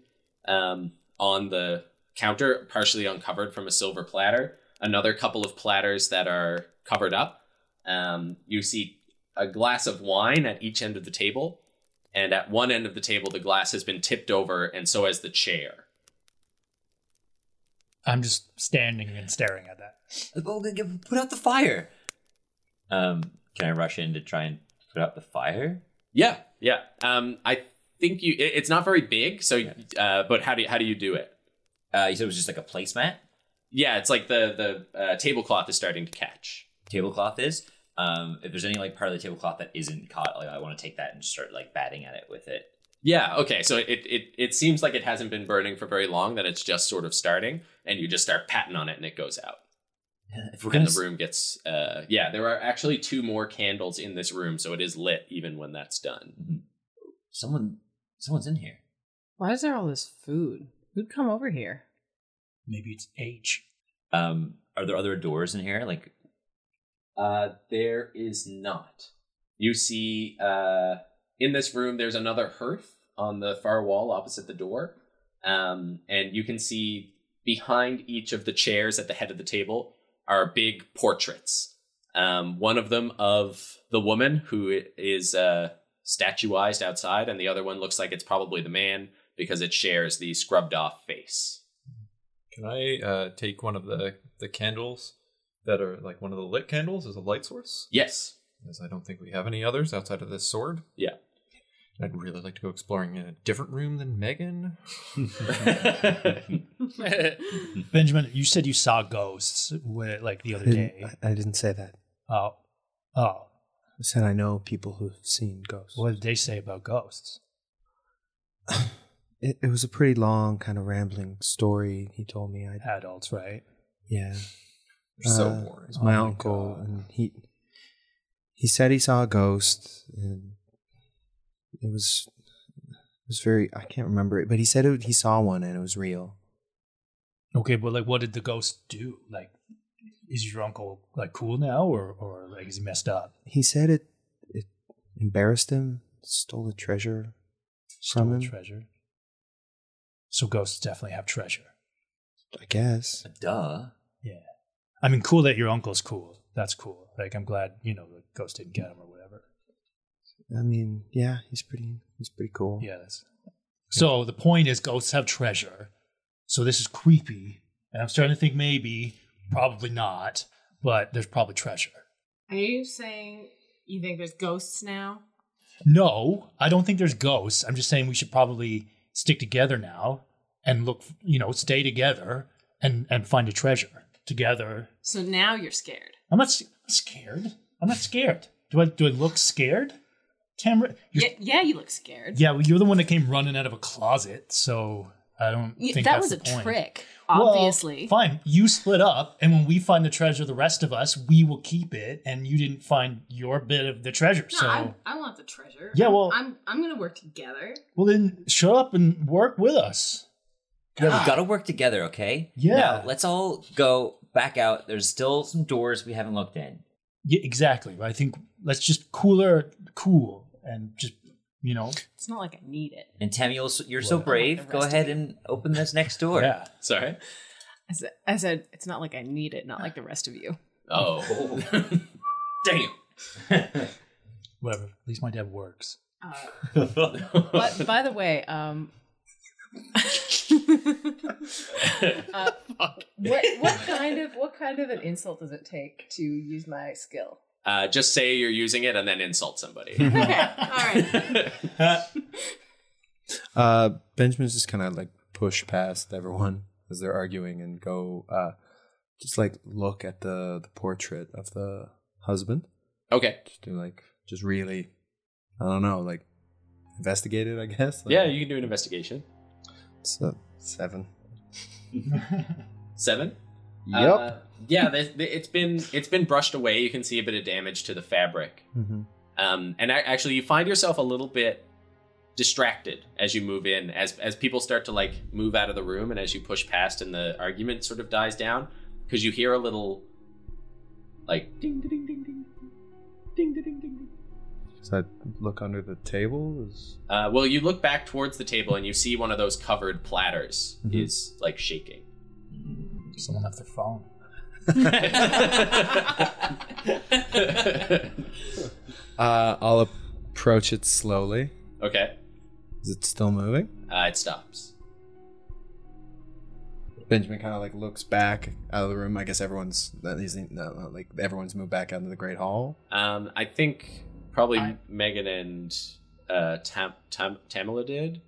S3: um, on the counter, partially uncovered from a silver platter. Another couple of platters that are covered up. Um, you see a glass of wine at each end of the table, and at one end of the table, the glass has been tipped over, and so has the chair.
S8: I'm just standing and staring at that.
S7: oh, Put out the fire. Um, can I rush in to try and put out the fire?
S3: Yeah, yeah. Um, I think you. it- it's not very big, so. Uh, but how do you, how do you do it?
S7: Uh, you said it was just like a placemat.
S3: Yeah, it's like the the uh, tablecloth is starting to catch.
S7: Tablecloth is. Um, if there's any like part of the tablecloth that isn't caught, like I want to take that and start like batting at it with it.
S3: Yeah. Okay. So it, it it seems like it hasn't been burning for very long. That it's just sort of starting, and you just start patting on it, and it goes out.
S7: If we're
S3: and
S7: gonna
S3: the room gets uh yeah there are actually two more candles in this room so it is lit even when that's done
S7: someone someone's in here
S9: Why is there all this food? Who'd come over here?
S8: Maybe it's H.
S7: Um, are there other doors in here? Like,
S3: uh there is not you see uh in this room there's another hearth on the far wall opposite the door um and you can see behind each of the chairs at the head of the table are big portraits um one of them of the woman who is uh statuized outside and the other one looks like it's probably the man because it shares the scrubbed off face
S6: Can I uh, take one of the the candles that are like one of the lit candles as a light source?
S3: Yes.
S6: As I don't think we have any others outside of this sword.
S3: Yeah.
S6: I'd really like to go exploring in a different room than Megan.
S8: Mm. Benjamin, you said you saw ghosts where, like the
S2: I
S8: other day.
S2: didn't, I I didn't say that.
S8: Oh, oh,
S2: I said I know people who've seen ghosts.
S8: what did they say about ghosts?
S2: It, it was a pretty long, kind of rambling story he told me. I
S8: Adults, right?
S2: Yeah.
S6: You're so
S2: Uh,
S6: boring.
S2: It's my
S6: Oh my
S2: uncle, and he he said he saw a ghost, and it was it was very I can't remember it, but he said it, he saw one and it was real.
S8: Okay, but like, what did the ghost do? Like, is your uncle like cool now, or or like is he messed up?
S2: He said it it embarrassed him, stole a treasure from
S8: Stole
S2: him.
S8: treasure. So ghosts definitely have treasure.
S2: I guess.
S7: duh.
S8: Yeah, I mean, cool that your uncle's cool. That's cool. Like, I'm glad you know the ghost didn't get him or whatever.
S2: I mean, yeah, he's pretty he's pretty cool.
S8: Yeah, that's. So the point is, ghosts have treasure. So this is creepy, and I'm starting to think maybe, probably not, but there's probably treasure.
S9: Are you saying you think there's ghosts now?
S8: No, I don't think there's ghosts. I'm just saying we should probably stick together now and look, you know, stay together and and find a treasure together.
S9: So now you're scared.
S8: I'm not s- scared. I'm not scared. Do I do I look scared? Tamara, you're,
S9: Yeah, yeah, you look scared.
S8: yeah, well, you're the one that came running out of a closet, so I don't
S9: You-
S8: think
S9: that
S8: that's
S9: was a
S8: the point.
S9: trick,
S8: Well,
S9: obviously.
S8: fine. You split up, and when we find the treasure, the rest of us, we will keep it, and you didn't find your bit of the treasure.
S9: No,
S8: so,
S9: I, I want the treasure.
S8: Yeah, well-
S9: I'm I'm gonna work together.
S8: well, then shut up and work with us.
S7: Yeah, we've got to work together, okay?
S8: Yeah.
S7: Now, let's all go back out. There's still some doors we haven't looked in.
S8: Yeah, exactly. I think let's just cooler, cool, and just you know,
S9: It's not like I need it.
S7: And Tammy, you're so- you're so
S8: Well,
S7: brave. Go
S9: rest of
S7: ahead and open this next door.
S8: yeah.
S3: sorry
S9: I said, I said it's not like I need it. Not like the rest of you.
S3: oh damn
S8: Whatever. At least my dad works.
S9: Uh, but by the way, um, uh, what what kind of what kind of an insult does it take to use my skill?
S3: Uh, just say you're using it and then insult somebody.
S2: Uh, Benjamin's just kind of like push past everyone as they're arguing and go, uh, just like look at the, the portrait of the husband.
S3: Okay.
S2: Just do like, just really, I don't know, like investigate it, I guess.
S3: yeah, you can do an investigation.
S2: It's a seven.
S3: Seven.
S2: Yep.
S3: Uh, yeah, they, they, it's been it's been brushed away. You can see a bit of damage to the fabric,
S2: Mhm.
S3: um, and a- actually, you find yourself a little bit distracted as you move in, as as people start to like move out of the room, and as you push past, and the argument sort of dies down because you hear a little like ding ding ding ding ding ding ding ding ding.
S2: Does that look under the table? Is...
S3: Uh, well, you look back towards the table and you see one of those covered platters is like shaking.
S8: Someone left their phone.
S2: Uh, I'll approach it slowly.
S3: Okay,
S2: Is it still moving?
S3: uh, it stops.
S2: Benjamin kind of like looks back out of the room. I guess everyone's that he's in- no, no, like everyone's moved back out into the great hall.
S3: Um, I think probably Megan and uh, Tam, Tam, Tamila did.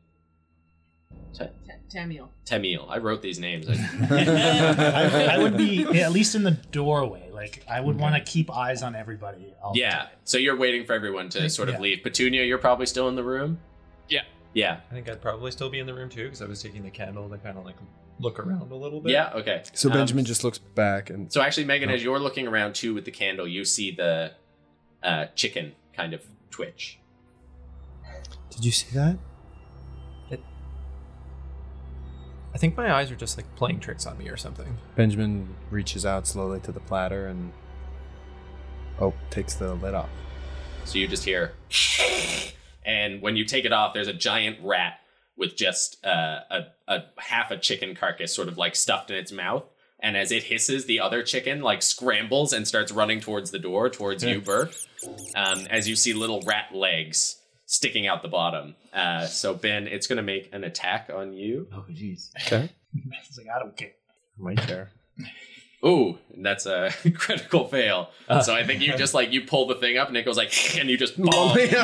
S3: Ta-
S9: Tamiel.
S3: Tamil. I wrote these names.
S8: I, I would be at least in the doorway. Like I would want to keep eyes on everybody. I'll,
S3: yeah. So you're waiting for everyone to sort of leave. Petunia, you're probably still in the room.
S10: Yeah.
S3: Yeah.
S6: I think I'd probably still be in the room too because I was taking the candle to kind of like look around a little bit.
S3: Yeah. Okay.
S2: So
S3: Um,
S2: Benjamin just looks back and
S3: So actually, Megan, as you're looking around too with the candle, you see the uh, chicken kind of twitch.
S2: Did you see that?
S6: I think my eyes are just like playing tricks on me or something.
S2: Benjamin reaches out slowly to the platter and oh, takes the lid off.
S3: So you just hear, and when you take it off, there's a giant rat with just uh, a, a half a chicken carcass sort of like stuffed in its mouth. And as it hisses, the other chicken like scrambles and starts running towards the door, towards you, Burke. Um, as you see little rat legs sticking out the bottom. Uh, so Ben, it's going to make an attack on you.
S2: Oh, jeez. Okay.
S8: It's like I don't care.
S2: Right there.
S3: Ooh, and that's a critical fail. so I think you just like you pull the thing up and it goes like, and you just bomb and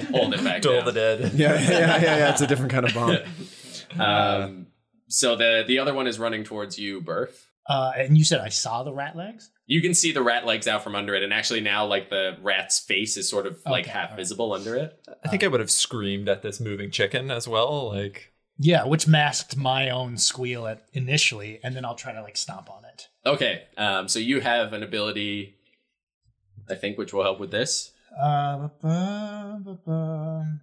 S3: hold it back. Down. the
S6: dead.
S2: Yeah, yeah, yeah, yeah, yeah. It's a different kind of bomb.
S3: Um, so the the other one is running towards you, Berth.
S8: Uh, and you said I saw the rat legs.
S3: You can see the rat legs out from under it, and actually now like the rat's face is sort of like half visible under it.
S6: I think I would have screamed at this moving chicken as well. Like,
S8: Yeah, which masked my own squeal at initially, and then I'll try to like stomp on it.
S3: Okay, um, so you have an ability, I think, which will help with this.
S8: Uh, ba-ba, ba-ba.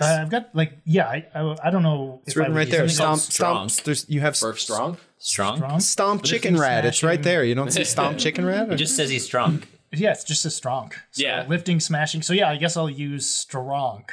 S8: I- I've got like yeah, I I, I don't know.
S2: It's
S8: if I
S2: written
S8: would
S2: right
S8: use
S2: there.
S8: something
S2: Stomp,
S8: called
S2: stomp. There's, you have
S3: Berth strong.
S7: Strong.
S2: Stomp
S8: But if
S2: chicken
S8: you
S2: rat. It's right
S8: smashing-
S2: there. You don't see stomp chicken rat.
S7: It just says he's strong.
S8: Yeah, it's just a strong. So
S7: Yeah.
S8: lifting, smashing. So yeah, I guess I'll use strong.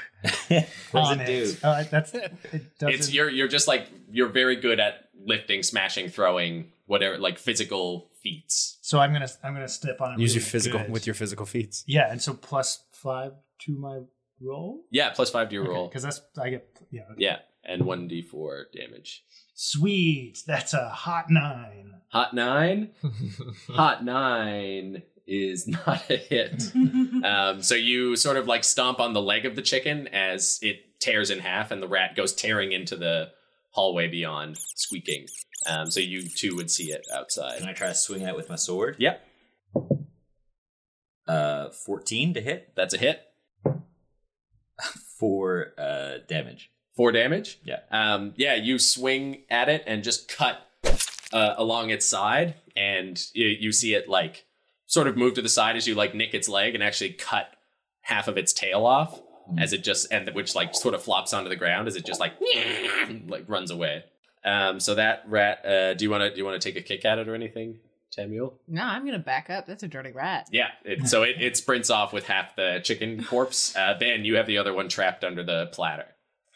S3: What
S8: on
S3: does it do?
S8: Uh, that's it. Doesn't
S3: It's you're you're just like you're very good at lifting, smashing, throwing, whatever like physical feats.
S8: So I'm gonna I'm gonna step on it.
S2: Use your
S8: really
S2: physical
S8: good.
S2: with your physical feats.
S8: Yeah, and so plus five to my roll
S3: Yeah, plus five to your roll.
S8: because that's I get yeah.
S3: Yeah, and one d four damage.
S8: Sweet, that's a hot nine.
S3: Hot nine. Hot nine is not a hit. um, so you sort of like stomp on the leg of the chicken as it tears in half, and the rat goes tearing into the hallway beyond, squeaking. Um, so you too would see it outside.
S7: Can I try to swing at it with my sword?
S3: Yep.
S7: Uh, 14 to hit.
S3: That's a hit.
S7: For uh, damage.
S3: Four damage.
S7: Yeah.
S3: Um, yeah, you swing at it and just cut uh, along its side, and you, you see it like sort of move to the side as you like nick its leg and actually cut half of its tail off as it just and which like sort of flops onto the ground as it just like like runs away. Um, so that rat, uh, do you want to do you want to take a kick at it or anything, Samuel?
S9: No, I'm gonna back up. That's a dirty rat.
S3: Yeah. It, so it, it sprints off with half the chicken corpse. Uh, ben, you have the other one trapped under the platter.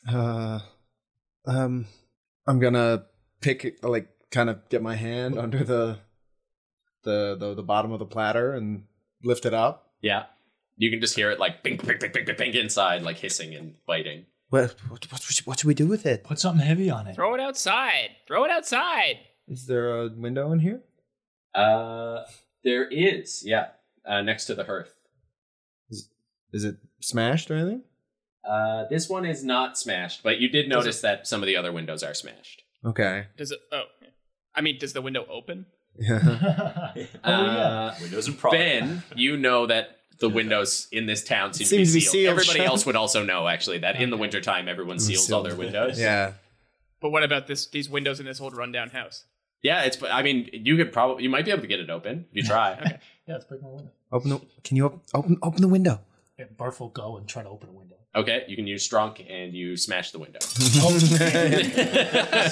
S2: Uh, um, I'm gonna pick like kind of get my hand under the the the, the bottom of the platter and lift it up.
S3: Yeah. You can just hear it like bing, bing, bing, bing, bing, bing inside, like hissing and biting.
S2: What, what, what, should- what should we do with it?
S8: Put something heavy on it.
S10: Throw it outside. Throw it outside.
S2: Is there a window in here?
S3: Uh, there is, yeah, uh, next to the hearth.
S2: Is it smashed or anything?
S3: Uh, this one is not smashed, but you did
S10: Does
S3: notice that some of the other windows are smashed.
S2: Okay.
S10: Does it? Oh, I mean, does the window open?
S3: Uh,
S7: Windows in
S3: Ben, you know that the windows in this town seem
S2: Seems
S3: to be
S2: to be
S3: sealed.
S2: sealed
S3: Everybody
S2: shut.
S3: else would also know, actually, that in the wintertime, everyone seals all their windows.
S2: Yeah.
S10: But what about this? These windows in this old rundown house?
S3: Yeah, it's. I mean, you could probably, you might be able to get it open if you try.
S8: Yeah, let's break my window.
S2: Open the. Can you op- open open the window?
S8: And Barf will go and try to open a window.
S3: Okay, you can use strunk and you smash the window.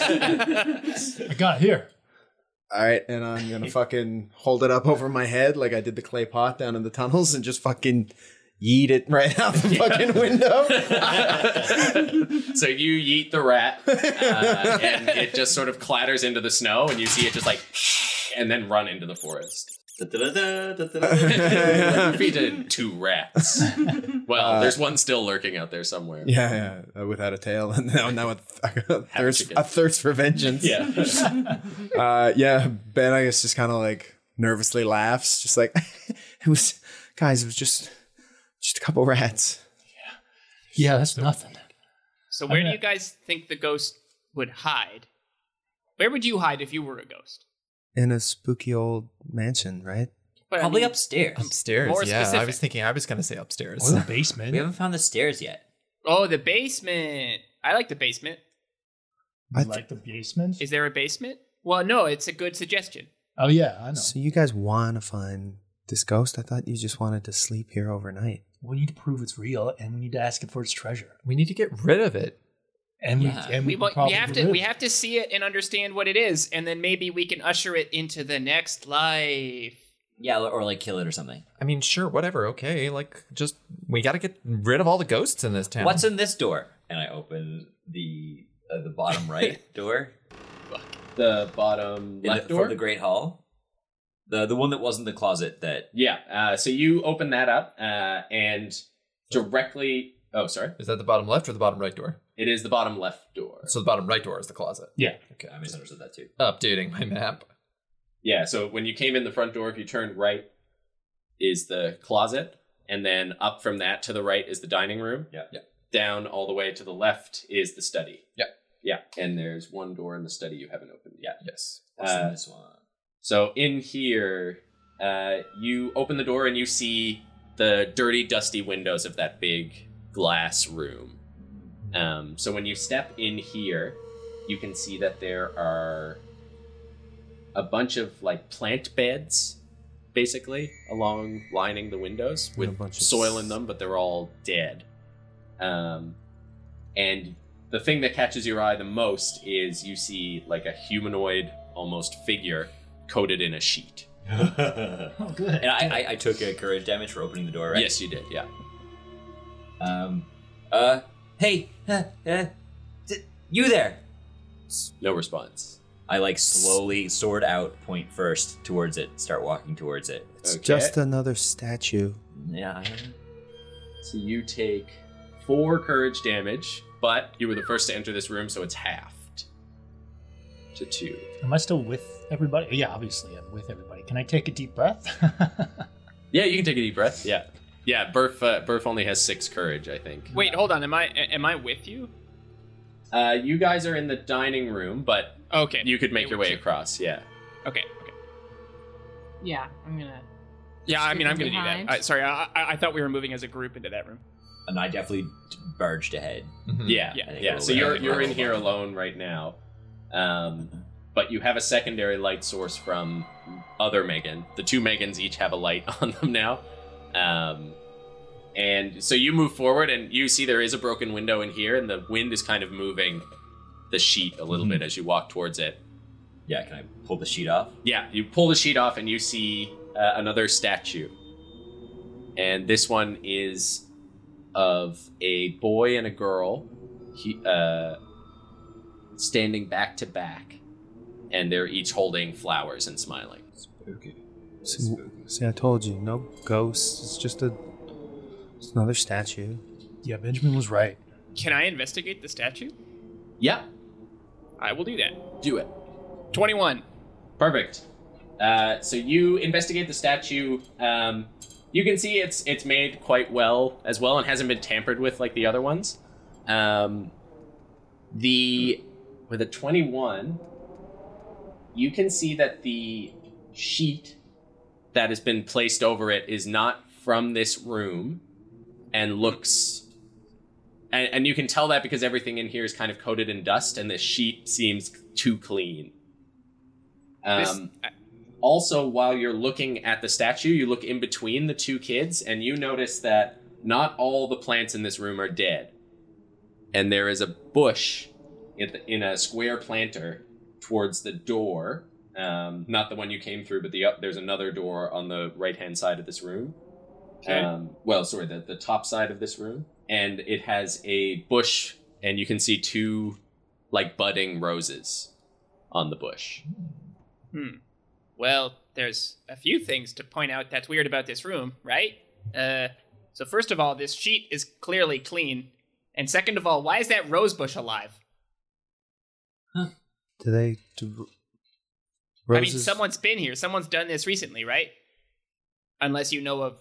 S8: I got here.
S2: All right, and I'm gonna fucking hold it up over my head like I did the clay pot down in the tunnels, and just fucking yeet it right out the fucking window.
S3: so you yeet the rat, uh, and it just sort of clatters into the snow, and you see it just like, and then run into the forest. Defeated two rats. Well,
S2: Uh,
S3: there's one still lurking out there somewhere.
S2: Yeah, yeah, uh, without a tail, and now now a, th- a thirst
S3: chicken.
S2: a thirst for vengeance.
S3: Yeah.
S2: uh, yeah. Ben, I guess, just kind of like nervously laughs, just like it was, guys. It was just just a couple rats.
S8: Yeah, that's nothing.
S10: So where do
S8: gonna-
S10: you guys think the ghost would hide? Where would you hide if you were a ghost?
S2: in a spooky old mansion, right?
S10: But I
S7: Probably
S10: mean,
S7: upstairs.
S11: Upstairs.
S10: More
S11: yeah, I
S10: specific.
S11: was thinking. I was gonna say upstairs.
S8: Or the
S7: We
S8: basement.
S7: haven't found the stairs yet.
S10: Oh, the basement. I like the basement.
S2: I
S8: You
S2: th-
S8: like the basement?
S10: Is there a basement? Well, no. It's a good suggestion.
S8: Oh yeah, I know.
S2: So you guys want to find this ghost? I thought you just wanted to sleep here overnight.
S8: We need to prove it's real, and we need to ask it for its treasure.
S11: We need to get rid of it.
S8: And
S7: Yeah.
S8: we and we,
S10: We,
S8: can
S10: wa- we
S8: probably
S10: have
S8: get
S10: to
S8: rid
S10: we
S8: of it.
S10: have to see it and understand what it is, and then maybe we can usher it into the next life.
S7: Yeah, or, or like kill it or something.
S11: I mean, sure, whatever. Okay, like just we got to get rid of all the ghosts in this town.
S7: What's in this door? And I open the uh, the bottom right door
S3: The bottom
S7: in the,
S3: left
S7: for
S3: door.
S7: the Great Hall, the the one that wasn't the closet that
S3: yeah. Uh, so you open that up, uh, and directly. Oh, sorry.
S11: Is that the bottom left or the bottom right door?
S3: It is the bottom left door.
S11: So the bottom right door is the closet.
S7: okay, I misunderstood that too.
S11: Updating my map.
S3: Yeah, so when you came in the front door, if you turn right, is the closet, and then up from that to the right is the dining room.
S7: Yeah.
S11: Yeah.
S3: Down all the way to the left is the study.
S11: Yeah.
S3: Yeah, and there's one door in the study you haven't opened yet.
S11: Yes.
S7: What's in
S3: Uh,
S7: this one?
S3: so in here, uh, you open the door and you see the dirty, dusty windows of that big glass room. Um, so when you step in here, you can see that there are a bunch of like plant beds, basically, along lining the windows
S2: And a
S3: with
S2: bunch of
S3: soil in
S2: s-
S3: them, but they're all dead. Um, and the thing that catches your eye the most is you see like a humanoid almost figure coated in a sheet.
S8: Oh good.
S7: And I, I, I took a courage damage for opening the door, right?
S3: Yes, you did. Yeah.
S7: Um. Uh. Hey. Uh, uh, d- you there?
S3: No response.
S7: I like slowly sword out, point first towards it, start walking towards it.
S2: It's
S3: Okay.
S2: just another statue.
S7: Yeah. I
S3: So you take four courage damage, but you were the first to enter this room, so it's halved to two.
S8: Am I still with everybody? Yeah, obviously I'm with everybody. Can I take a deep breath?
S3: Yeah, you can take a deep breath. Yeah. Yeah, Burf, uh, Burf only has six courage, I think.
S10: Wait, hold on. Am I a- am I with you?
S3: Uh, you guys are in the dining room, but
S10: Okay.
S3: you could make your way
S10: Okay.
S3: across. Yeah.
S10: Okay. Okay.
S9: Yeah, I'm gonna.
S10: Yeah, I mean, I'm gonna do
S9: Behind.
S10: that. I, sorry, I, I I thought we were moving as a group into that room.
S7: and I definitely d- barged ahead.
S11: Mhm.
S3: Yeah.
S10: Yeah.
S3: Yeah.
S7: I think
S3: So
S7: we're-
S3: you're
S7: we're
S3: you're in
S7: alone.
S3: here alone right now. Um, but you have a secondary light source from other Megan. The two Megans each have a light on them now. Um, and so you move forward, and you see there is a broken window in here, and the wind is kind of moving the sheet a little bit as you walk towards it.
S7: Yeah. Can I pull the sheet off?
S3: Yeah, you pull the sheet off, and you see uh, another statue. And this one is of a boy and a girl he, uh, standing back to back, and they're each holding flowers and smiling.
S2: See, see, I told you, no ghosts. It's just a It's another statue.
S8: Yeah, Benjamin was right.
S10: Can I investigate the statue?
S3: Yeah,
S10: I will do that.
S3: do it.
S10: 21.
S3: Perfect. Uh, so you investigate the statue. Um, you can see it's it's made quite well as well and hasn't been tampered with like the other ones. Um, the with a twenty one, you can see that the sheet that has been placed over it is not from this room, and looks. And, and you can tell that because everything in here is kind of coated in dust, and this sheet seems too clean. Um,
S10: This-
S3: also, while you're looking at the statue, you look in between the two kids and you notice that not all the plants in this room are dead. And there is a bush in, the, in a square planter towards the door. Um, not the one you came through, but the up, there's another door on the right hand side of this room.
S10: Okay.
S3: Um, well, sorry, the, the top side of this room. And it has a bush, and you can see two, like, budding roses on the bush.
S10: Hmm. Well, there's a few things to point out that's weird about this room, right? Uh, so first of all, this sheet is clearly clean, and second of all, why is that rose bush alive?
S2: Do they? Do,
S10: I mean,
S2: roses.
S10: someone's been here. Someone's done this recently, right? Unless you know of,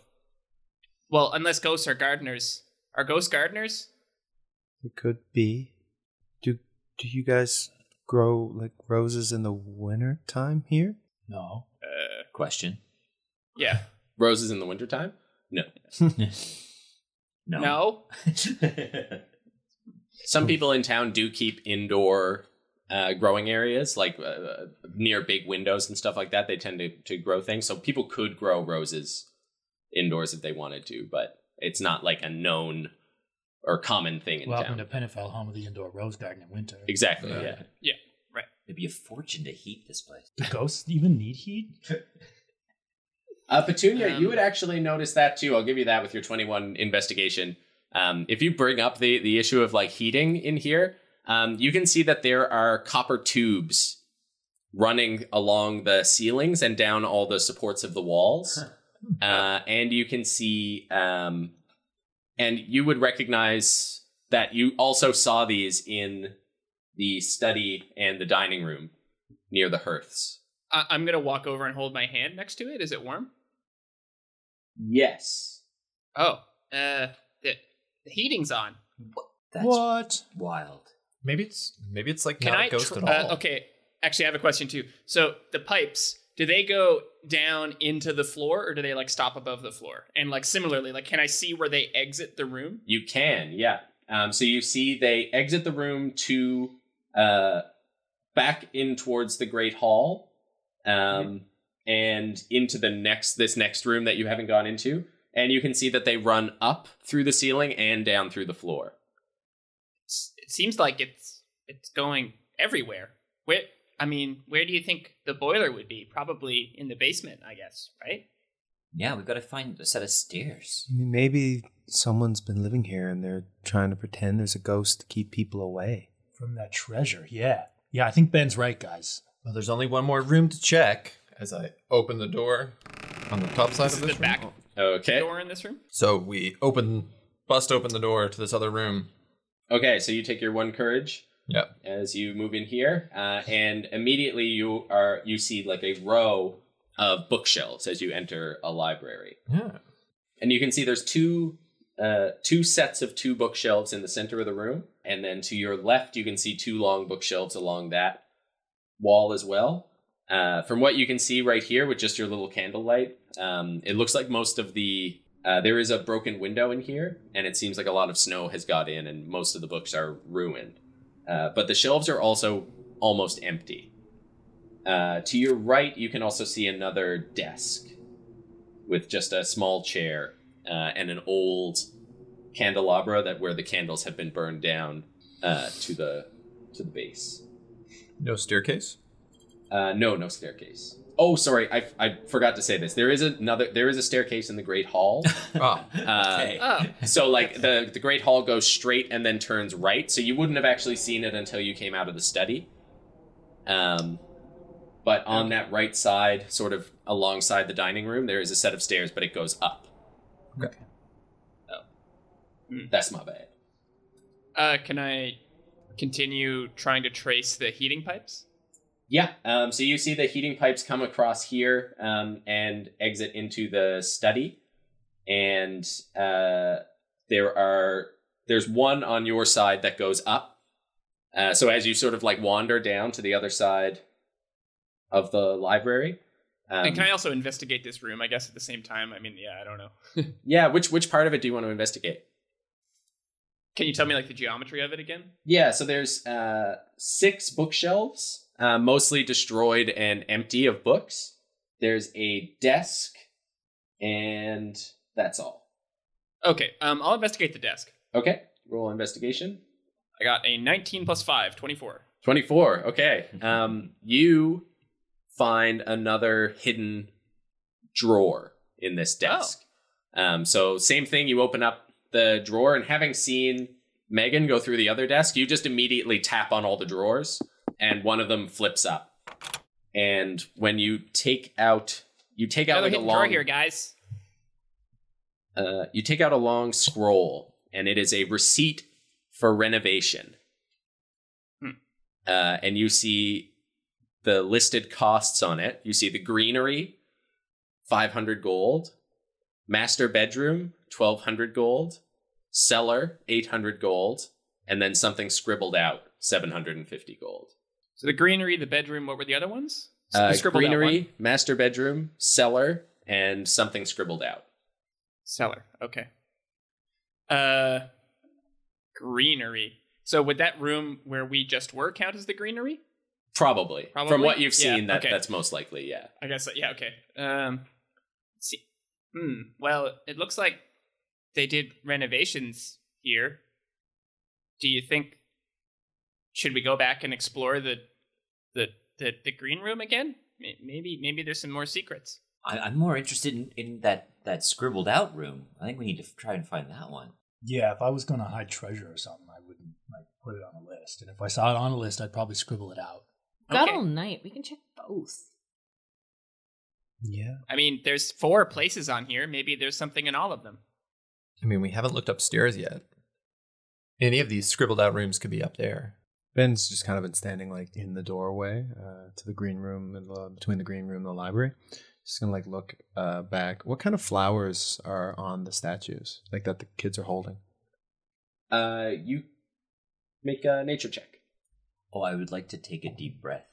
S10: well, unless ghosts are gardeners. Are ghosts gardeners?
S2: It could be. Do Do you guys grow like roses in the winter time here?
S8: No.
S10: Uh,
S7: Question.
S10: yeah.
S3: Roses in the wintertime? No.
S7: No.
S10: No.
S3: Some people in town do keep indoor uh, growing areas, like uh, uh, near big windows and stuff like that. They tend to, to grow things. So people could grow roses indoors if they wanted to, but it's not like a known or common thing in town.
S8: Welcome to Pennifell, home of the indoor rose garden in winter.
S3: Exactly,
S8: Uh,
S3: yeah.
S7: It'd be a fortune to heat this place.
S8: Do ghosts even need heat?
S3: Uh, Petunia,
S10: Um,
S3: you would actually notice that too. I'll give you that with your 21 investigation. Um, if you bring up the, the issue of like heating in here, um, you can see that there are copper tubes running along the ceilings and down all the supports of the walls. Uh, and you can see, um, and you would recognize that you also saw these in the study and the dining room near the hearths.
S10: I- I'm gonna walk over and hold my hand next to it. Is it warm?
S3: Yes.
S10: Oh, uh, the, the heating's on.
S7: That's
S8: what?
S7: wild.
S11: Maybe it's maybe it's like
S10: Can
S11: not
S10: I?
S11: a ghost
S10: tr-
S11: at all.
S10: Uh, okay, actually, I have a question too. So the pipes, do they go down into the floor, or do they like stop above the floor? And like similarly, like can I see where they exit the room?
S3: You can, yeah. Um, so you see they exit the room to uh, back in towards the Great Hall um, and into the next this next room that you haven't gone into. And you can see that they run up through the ceiling and down through the floor.
S10: S- It seems like it's it's going everywhere. Where I mean, where do you think the boiler would be? Probably in the basement, I guess. Right?
S7: Yeah, we've got to find a set of stairs.
S2: I mean, maybe someone's been living here and they're trying to pretend there's a ghost to keep people away.
S8: From that treasure, yeah. Yeah, I think Ben's right, guys.
S11: Well, there's only one more room to check. As I open the door on the top side
S10: This
S11: of
S10: is
S11: this
S10: the
S11: room.
S10: back
S3: Okay.
S10: door in this room.
S11: So we open, bust open the door to this other room.
S3: Okay, so you take your one courage.
S11: Yep.
S3: as you move in here, uh, and immediately you are you see like a row of bookshelves as you enter a library.
S11: Yeah.
S3: and you can see there's two uh, two sets of two bookshelves in the center of the room, and then to your left you can see two long bookshelves along that wall as well. Uh, from what you can see right here with just your little candlelight, um, it looks like most of the uh, there is a broken window in here, and it seems like a lot of snow has got in, and most of the books are ruined. Uh, but the shelves are also almost empty. Uh, to your right, you can also see another desk with just a small chair uh, and an old candelabra that where the candles have been burned down uh, to the to the base.
S11: No staircase.
S3: Uh, no, no staircase. Oh, sorry, I, I forgot to say this. There is another. There is a staircase in the great hall.
S11: Ah,
S3: Uh,
S10: Oh,
S3: So like the the great hall goes straight and then turns right. So you wouldn't have actually seen it until you came out of the study. Um, but on that right side, sort of alongside the dining room, there is a set of stairs, but it goes up.
S11: Okay.
S3: Oh. That's my bad.
S10: Uh, can I continue trying to trace the heating pipes?
S3: Yeah. Um, so you see the heating pipes come across here um, and exit into the study, and uh, there are there's one on your side that goes up. Uh, so as you sort of like wander down to the other side of the library, um,
S10: and can I also investigate this room? I guess at the same time. I mean, yeah, I don't know.
S3: um, yeah. Which which part of it do you want to investigate?
S10: Can you tell me like the geometry of it again?
S3: Yeah, so there's uh, six bookshelves, uh, mostly destroyed and empty of books. There's a desk, and that's all.
S10: Okay, um, I'll investigate the desk.
S3: Okay, roll investigation.
S10: I got a 19 plus 5, 24.
S3: 24, okay.
S10: Mm-hmm.
S3: Um, you find another hidden drawer in this
S10: Oh.
S3: desk. Um, so, same thing, you open up the drawer, and having seen Megan go through the other desk, you just immediately tap on all the drawers, and one of them flips up. And when you take out, you take out
S10: Another
S3: like a
S10: hidden drawer
S3: long
S10: here, guys.
S3: uh, you take out a long scroll, and it is a receipt for renovation.
S10: Hmm.
S3: Uh, and you see the listed costs on it. You see the greenery, 500 gold, master bedroom, 1200 gold, cellar, 800 gold, and then something scribbled out, 750 gold.
S10: So the greenery, the bedroom, what were the other ones?
S3: Uh,
S10: You scribbled out one.
S3: greenery, master bedroom, cellar, and something scribbled out.
S10: Cellar. Okay. Uh, greenery. So would that room where we just were count as the greenery?
S3: Probably.
S10: Probably?
S3: From what you've
S10: Yeah,
S3: seen, that,
S10: okay.
S3: that's most likely, yeah.
S10: I guess. uh, Yeah. Okay. Um, let's see. Hmm. Well, it looks like they did renovations here. Do you think? Should we go back and explore the the the, the green room again? May- Maybe maybe there's some more secrets.
S7: I, I'm more interested in, in that, that scribbled out room. I think we need to f- try and find that one.
S8: Yeah, if I was going to hide treasure or something, I wouldn't like put it on a list. And if I saw it on a list, I'd probably scribble it out.
S9: Got
S10: Okay.
S9: all night. We can check both.
S8: Yeah.
S10: I mean, there's four places on here. Maybe there's something in all of them.
S11: I mean, we haven't looked upstairs yet. Any of these scribbled out rooms could be up there.
S2: Ben's just kind of been standing like in the doorway uh, to the green room and the, between the green room and the library. Just gonna like look uh, back. What kind of flowers are on the statues like that the kids are holding?
S3: Uh, you make a nature check.
S7: Oh, I would like to take a deep breath.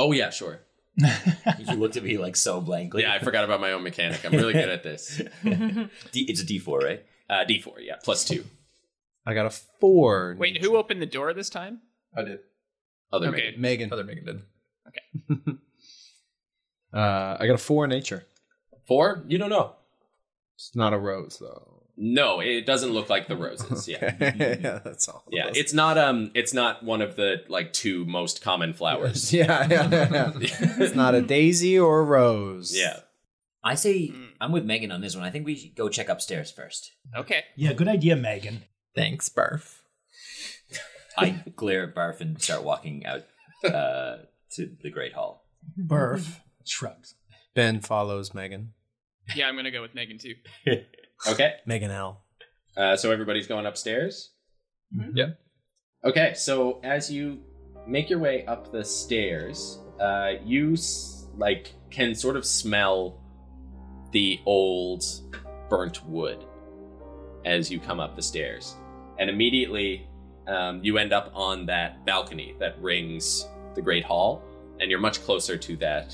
S3: Oh yeah, sure.
S7: You looked at me like so blankly.
S3: Yeah, I forgot about my own mechanic. I'm really good at this.
S7: D- it's a D4, right?
S3: Uh, D4, yeah, plus two.
S2: I got a four.
S10: Wait, who opened the door this time?
S11: I did.
S3: Other
S10: okay.
S3: Megan.
S11: Megan. Other Megan did.
S2: Uh, I got a four nature.
S3: Four? You don't know.
S2: It's not a rose though.
S3: No, it doesn't look like the roses. Yeah,
S2: yeah, that's all.
S3: yeah. It's not um, it's not one of the like two most common flowers.
S2: yeah, yeah, yeah, yeah. it's not a daisy or a rose.
S3: Yeah.
S7: I say
S3: Hmm.
S10: Mm.
S7: I'm with Megan on this one. I think we should go check upstairs first.
S10: Okay.
S8: Yeah, good idea, Megan.
S11: Thanks, Barf.
S7: I glare at Barf and start walking out uh, to the Great Hall.
S9: Mm-hmm.
S8: Burf shrugs.
S2: Ben follows Megan.
S10: Yeah, I'm gonna go with Megan too.
S3: Okay.
S2: Megan L.
S3: Uh, so everybody's going upstairs.
S11: Mhm. Yep.
S3: Okay, so as you make your way up the stairs, uh, you s- like can sort of smell the old burnt wood as you come up the stairs, and immediately um, you end up on that balcony that rings the great hall, and you're much closer to that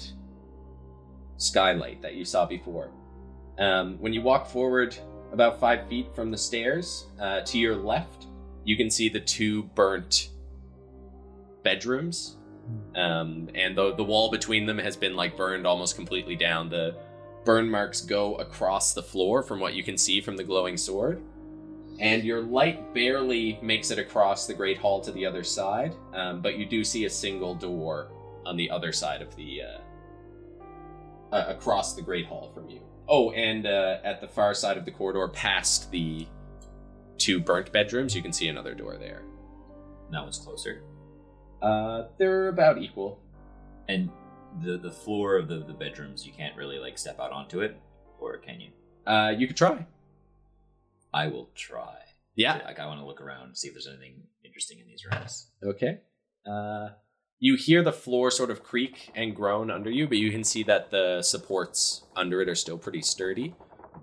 S3: skylight that you saw before. Um, when you walk forward about five feet from the stairs, uh, to your left, you can see the two burnt bedrooms. Um, and the, the wall between them has been like burned almost completely down. The burn marks go across the floor from what you can see from the glowing sword. And your light barely makes it across the Great Hall to the other side, um, but you do see a single door on the other side of the uh, uh, across the Great Hall from you. Oh, and uh, at the far side of the corridor, past the two burnt bedrooms, you can see another door there.
S7: That one's closer.
S3: Uh, they're about equal.
S7: And the the floor of the, the bedrooms, you can't really like step out onto it, or can you?
S3: Uh, you could try.
S7: I will try.
S3: Yeah. Like I want to look around, see if there's anything interesting in these rooms.
S4: Okay.
S3: Uh, you hear the floor sort of creak and groan under you, but you can see that the supports under it are still pretty sturdy.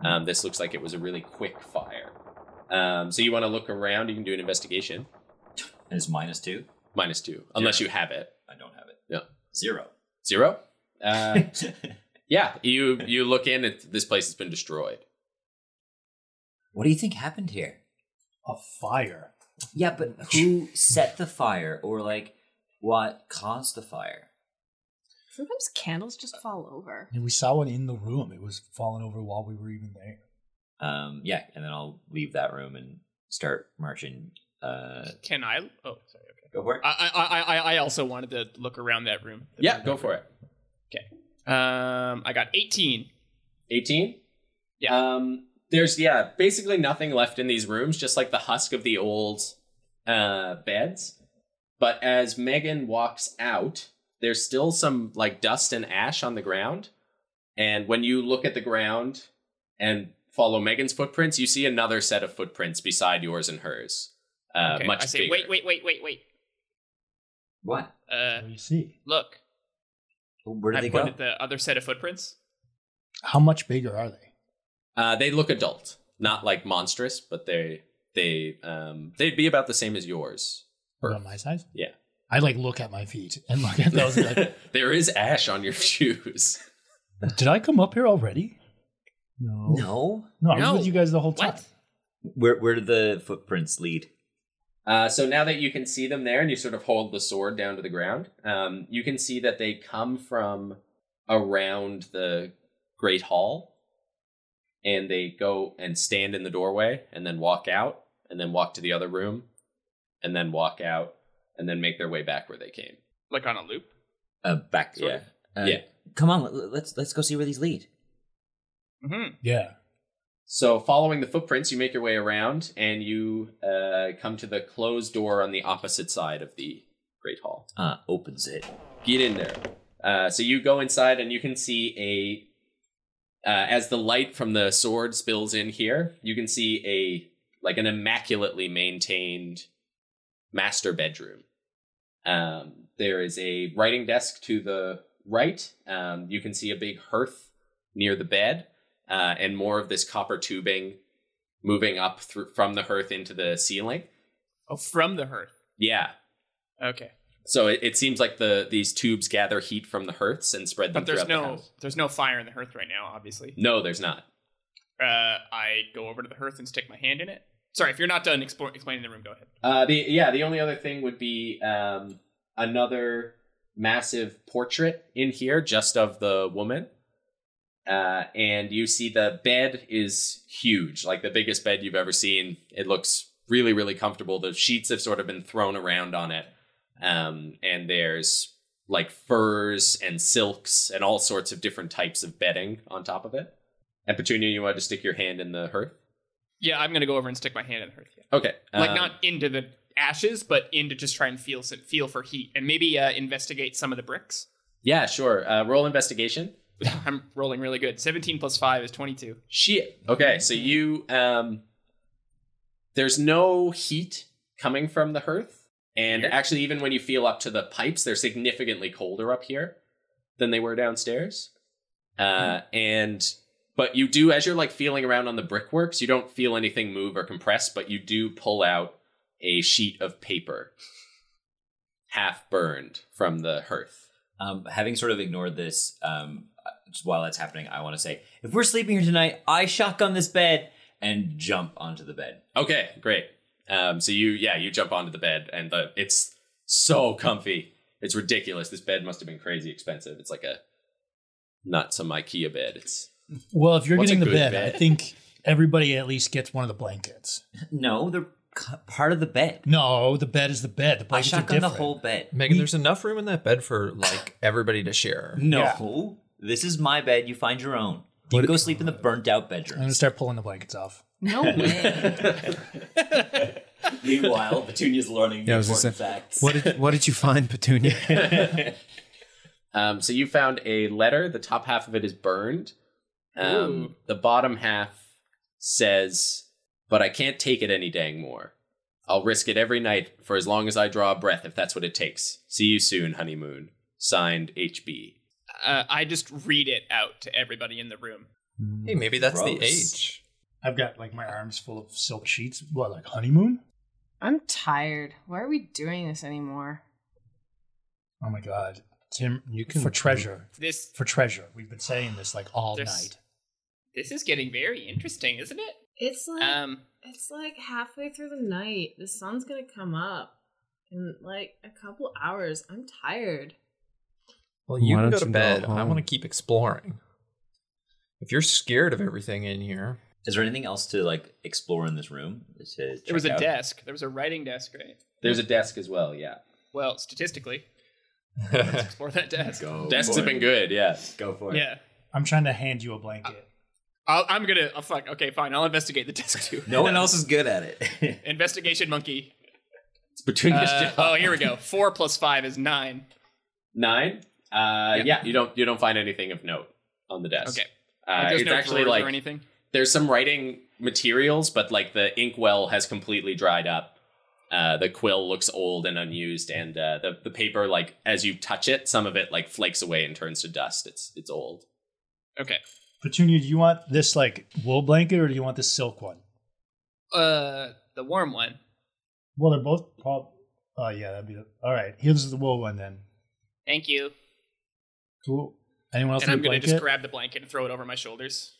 S3: Um, this looks like it was a really quick fire. Um, so you want to look around. You can do an investigation.
S7: And it's minus two.
S3: Minus two, unless you have it.
S7: I don't have it.
S3: No.
S7: Zero.
S3: Zero. Uh, yeah. You you look in. It, this place has been destroyed.
S7: What do you think happened here?
S8: A fire.
S7: Yeah, but who set the fire or like what caused the fire?
S9: Sometimes candles just fall over.
S8: And we saw one in the room. It was falling over while we were even there.
S7: Um, yeah, and then I'll leave that room and start marching. Uh,
S10: Can I? Oh, sorry. Okay.
S7: Go for it.
S10: I I I- I, I also wanted to look around that room.
S3: Yeah. Go for it.
S10: Um, I got 18.
S3: 18
S10: Yeah.
S3: um there's yeah basically nothing left in these rooms just like the husk of the old uh beds but as megan walks out there's still some like dust and ash on the ground and when you look at the ground and follow megan's footprints you see another set of footprints beside yours and hers uh
S10: okay.
S3: much
S10: I say,
S3: bigger
S10: wait, wait, wait, wait, wait.
S7: What?
S10: Uh,
S8: What do you see?
S10: look.
S7: Where did
S10: I
S7: they
S10: pointed
S7: go?
S10: at the other set of footprints.
S8: How much bigger are they?
S3: uh they look adult not like monstrous but they they um they'd be about the same as yours
S8: Around my size?
S3: Yeah.
S8: I like look at my feet and look at those. and like,
S3: there is ash on your shoes
S8: Did I come up here already? No.
S7: No.
S8: No, I was
S10: No.
S8: with you guys the whole time.
S10: What?
S7: Where where did the footprints lead?
S3: Uh, so now that you can see them there and you sort of hold the sword down to the ground, um, you can see that they come from around the Great Hall and they go and stand in the doorway and then walk out and then walk to the other room and then walk out and then make their way back where they came.
S10: Like on a loop.
S7: Uh, back.
S3: Sort
S7: yeah.
S3: of.
S7: Uh,
S3: Yeah.
S7: Come on. let- Let's let's go see where these lead.
S10: Mm-hmm.
S8: Yeah.
S3: So, following the footprints, you make your way around and you uh, come to the closed door on the opposite side of the Great Hall.
S7: Uh, opens it.
S3: get in there. Uh, so you go inside and you can see a uh, as the light from the sword spills in here, you can see a like an immaculately maintained master bedroom. Um, there is a writing desk to the right. Um, you can see a big hearth near the bed uh, and more of this copper tubing moving up through from the hearth into the ceiling.
S10: Oh, from the hearth.
S3: Yeah.
S10: Okay.
S3: So it, it seems like the these tubes gather heat from the hearths and spread them
S10: But there's
S3: throughout the
S10: no
S3: house.
S10: there's no fire in the hearth right now, obviously.
S3: No, there's not.
S10: Uh, I go over to the hearth and stick my hand in it. Sorry, if you're not done explore, explaining the room, go ahead.
S3: Uh, the yeah, the only other thing would be um, another massive portrait in here, just of the woman. Uh, and you see the bed is huge, like the biggest bed you've ever seen. It looks really, really comfortable. The sheets have sort of been thrown around on it, um, and there's like furs and silks and all sorts of different types of bedding on top of it. And Petunia, you wanted to stick your hand in the hearth?
S10: Yeah, I'm gonna go over and stick my hand in the hearth. Yeah.
S3: Okay,
S10: like
S3: um,
S10: not into the ashes, but into just try and feel some, feel for heat and maybe uh, investigate some of the bricks.
S3: Yeah, sure. Uh, roll investigation.
S10: I'm rolling really good. 17 plus five is 22.
S3: Shit. Okay, so you um there's no heat coming from the hearth. And actually even when you feel up to the pipes, they're significantly colder up here than they were downstairs. Uh and but you do as you're like feeling around on the brickworks, you don't feel anything move or compress, but you do pull out a sheet of paper half burned from the hearth.
S7: Um, having sort of ignored this, um, uh, just while that's happening, I want to say, if we're sleeping here tonight, I shotgun this bed and jump onto the bed.
S3: Okay, great. Um, so you, yeah, you jump onto the bed, and the it's so comfy. It's ridiculous. This bed must have been crazy expensive. It's like a not some IKEA bed. It's
S8: Well, if you're
S3: What's a
S8: getting the
S3: good
S8: bed,
S3: bed?
S8: I think everybody at least gets one of the blankets.
S7: No, they're c- part of the bed.
S8: No, the bed is the bed. The
S7: I
S8: blankets are
S7: shotgun
S8: different.
S7: the whole bed.
S11: Megan, there's enough room in that bed for like everybody to share.
S7: No, this is my bed. You find your own. You go sleep in the burnt out
S8: I'm gonna
S7: bedroom.
S8: start pulling the blankets off.
S9: No way.
S7: Meanwhile, Petunia's learning
S2: Yeah, I was gonna
S7: important
S2: say,
S7: facts.
S2: What did what did you find, Petunia?
S3: um, so you found a letter. The top half of it is burned. Um,
S10: Ooh.
S3: the bottom half says but I can't take it any dang more. I'll risk it every night for as long as I draw a breath, if that's what it takes. See you soon, honeymoon. Signed, HB.
S10: Uh, I just read it out to everybody in the room.
S8: Mm.
S6: Hey, maybe that's the
S8: Gross.
S6: age.
S8: I've got like my arms full of silk sheets. What, like honeymoon?
S9: I'm tired. Why are we doing this anymore?
S8: Oh my god, Tim, you
S10: can-
S8: for treasure.
S10: This-
S8: for treasure. We've been saying this like all
S10: There's-
S8: night.
S10: This is getting very interesting, isn't it?
S9: It's like
S10: Um,
S9: it's like halfway through the night. The sun's gonna come up in like a couple hours. I'm tired.
S6: Well, you
S2: Why don't
S6: can go to
S2: you go
S6: bed. I
S2: home?
S6: want to keep exploring. If you're scared of everything in here,
S7: Is there anything else to like explore in this room? To
S10: there was
S7: check
S10: a
S7: out?
S10: desk. There was a writing desk, right?
S3: There's a desk as well, yeah.
S10: Well, statistically, let's explore that desk.
S3: Desks have been good, yeah. Go for
S10: Yeah.
S8: I'm trying to hand you a blanket.
S10: I'll, I'm gonna. Oh, fuck. Okay, fine. I'll investigate the desk too.
S7: No one else is good at it.
S10: Investigation monkey.
S3: It's between
S10: Uh, oh, here we go. Four plus five is nine.
S3: Nine. Uh, yeah, you don't you don't find anything of note on the desk.
S10: Okay.
S3: Uh,
S10: Like, there's
S3: it's
S10: no
S3: actually
S10: drawers
S3: like
S10: or anything.
S3: there's some writing materials, but like the inkwell has completely dried up. Uh, the quill looks old and unused, and uh, the the paper like as you touch it, some of it like flakes away and turns to dust. It's it's old.
S10: Okay.
S8: Petunia, do you want this like wool blanket or do you want this silk one?
S10: Uh, the warm one.
S8: Well, they're both. prob- Oh yeah, that'd be all right. Here's the wool one then.
S10: Thank you.
S8: Cool. Anyone else
S10: and
S8: need
S10: I'm
S8: a
S10: gonna
S8: blanket?
S10: just grab the blanket and throw it over my shoulders.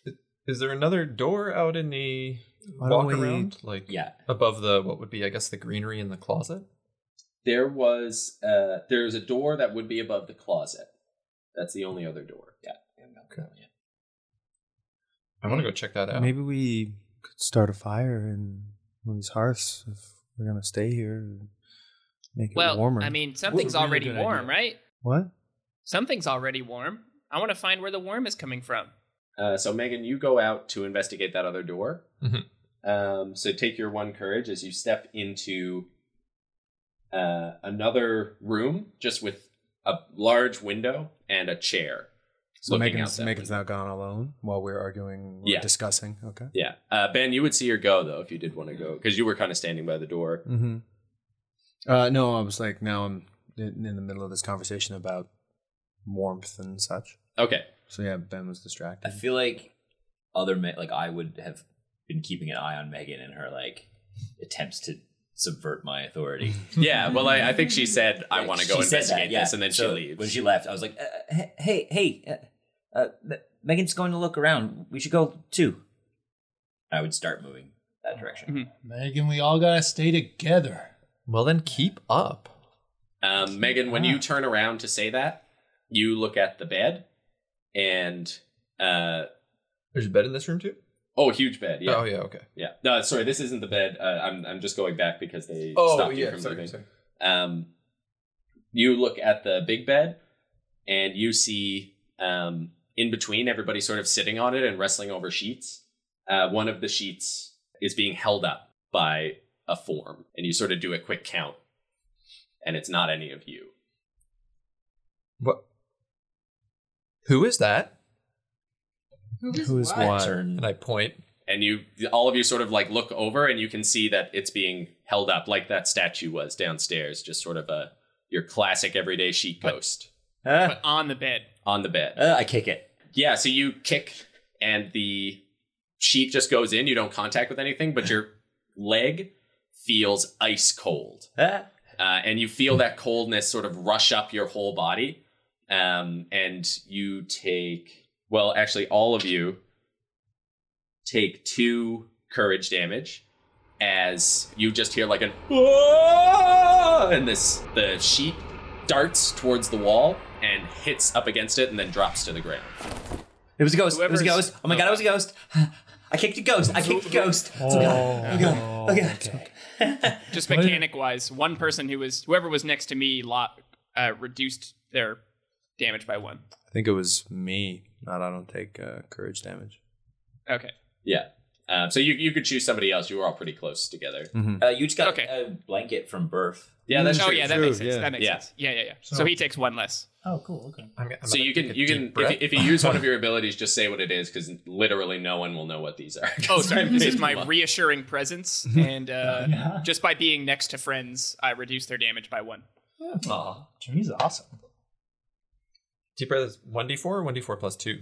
S6: is there another door out in the
S2: Why don't
S6: walk
S2: we-
S6: around? Like
S3: Yeah.
S6: above the what would be I guess the greenery in the closet.
S3: There was uh, there's a door that would be above the closet. That's the only other door. Yeah.
S6: I want to go check that out.
S2: Maybe we could start a fire in one of these hearths if we're gonna stay here. And make it
S10: Well,
S2: warmer.
S10: I mean, something's
S8: Ooh, really
S10: already
S8: good
S10: warm,
S8: idea.
S10: right?
S2: what?
S10: Something's already warm. I want to find where the warm is coming from.
S3: Uh, so Megan, you go out to investigate that other door.
S6: Mhm.
S2: Mm-hmm.
S3: Um, so take your one courage as you step into uh, another room, just with a large window and a chair.
S2: So
S3: looking
S2: Megan's,
S3: out that
S2: Megan's
S3: window.
S2: not gone alone while we're arguing, or
S3: Yeah.
S2: discussing. Okay.
S3: Yeah, uh, Ben, you would see her go though if you did want to go because you were kind of standing by the door.
S2: Mm-hmm. Uh, no, I was like, now I'm in, in the middle of this conversation about warmth and such.
S3: Okay,
S2: So yeah, Ben was
S7: I
S2: distracted.
S7: feel like other me- like I would have been keeping an eye on Megan and her like attempts to subvert my authority.
S3: yeah. Well, I, I think she said I
S7: Like,
S3: want to go
S7: she said
S3: investigate
S7: that, yeah.
S3: this, and then
S7: So
S3: she leaves.
S7: When she left, I was like, uh, uh, "Hey, hey, uh, uh, Me- Megan's going to look around. We should go too." I would start moving that direction.
S8: Megan, we all gotta stay together.
S6: Well, then keep up.
S3: Um, Megan, when
S7: Ah.
S3: you turn around to say that, you look at the bed, and uh,
S6: There's a bed in this room too.
S3: oh, huge bed. Yeah.
S6: Oh yeah. Okay.
S3: Yeah. No, sorry, this isn't the bed. Uh, I'm I'm just going back because they
S6: Oh
S3: stopped you
S6: yeah.
S3: from
S6: Sorry,
S3: leaving.
S6: sorry.
S3: Um, you look at the big bed, and you see um, in between everybody sort of sitting on it and wrestling over sheets. Uh, one of the sheets is being held up by a form, and you sort of do a quick count, and it's not any of you.
S6: What? Who is that?
S2: Who is
S7: I
S2: what?
S7: turn.
S6: And I point.
S3: And you, all of you, sort of like look over, and you can see that it's being held up like that statue was downstairs, just sort of a your classic everyday sheet ghost.
S7: Uh,
S10: But on the bed.
S3: on the bed.
S7: uh, I kick it.
S3: Yeah, so you kick and the sheet just goes in. You don't contact with anything, but your leg feels ice cold.
S7: Uh,
S3: Uh, and you feel that coldness sort of rush up your whole body. Um, and you take, well, actually, all of you take two courage damage as you just hear like an "Ah!" and this the sheet darts towards the wall and hits up against it and then drops to the ground.
S7: it was a ghost. it was a
S10: Whoever's-
S7: ghost. Oh my god, it was a ghost. I kicked a ghost. I kicked a ghost. Oh god. Oh god. Oh god.
S10: Just mechanic wise, one person who was whoever was next to me lot uh, reduced their damage by one.
S2: I think it was me. Not I don't take uh, courage damage.
S10: Okay.
S3: Yeah. Uh, so you you could choose somebody else. You were all pretty close together.
S7: Uh, you just got a blanket from birth.
S3: Yeah, that's
S10: oh
S3: true.
S10: yeah, that
S3: True,
S10: makes sense.
S3: yeah.
S10: That makes
S3: Yeah.
S10: sense. Yeah, yeah, yeah. So,
S3: So-
S10: he takes one less.
S8: Oh, cool. Okay.
S3: so you can you can if, you- if you use one of your abilities, just say what it is because literally no one will know what these are.
S10: Oh, sorry. This is my
S3: Well,
S10: reassuring presence, and uh, just by being next to friends, I reduce their damage by one.
S8: Aw. Jimmy's awesome.
S11: Deep breath is 1d4 or 1d4 plus 2?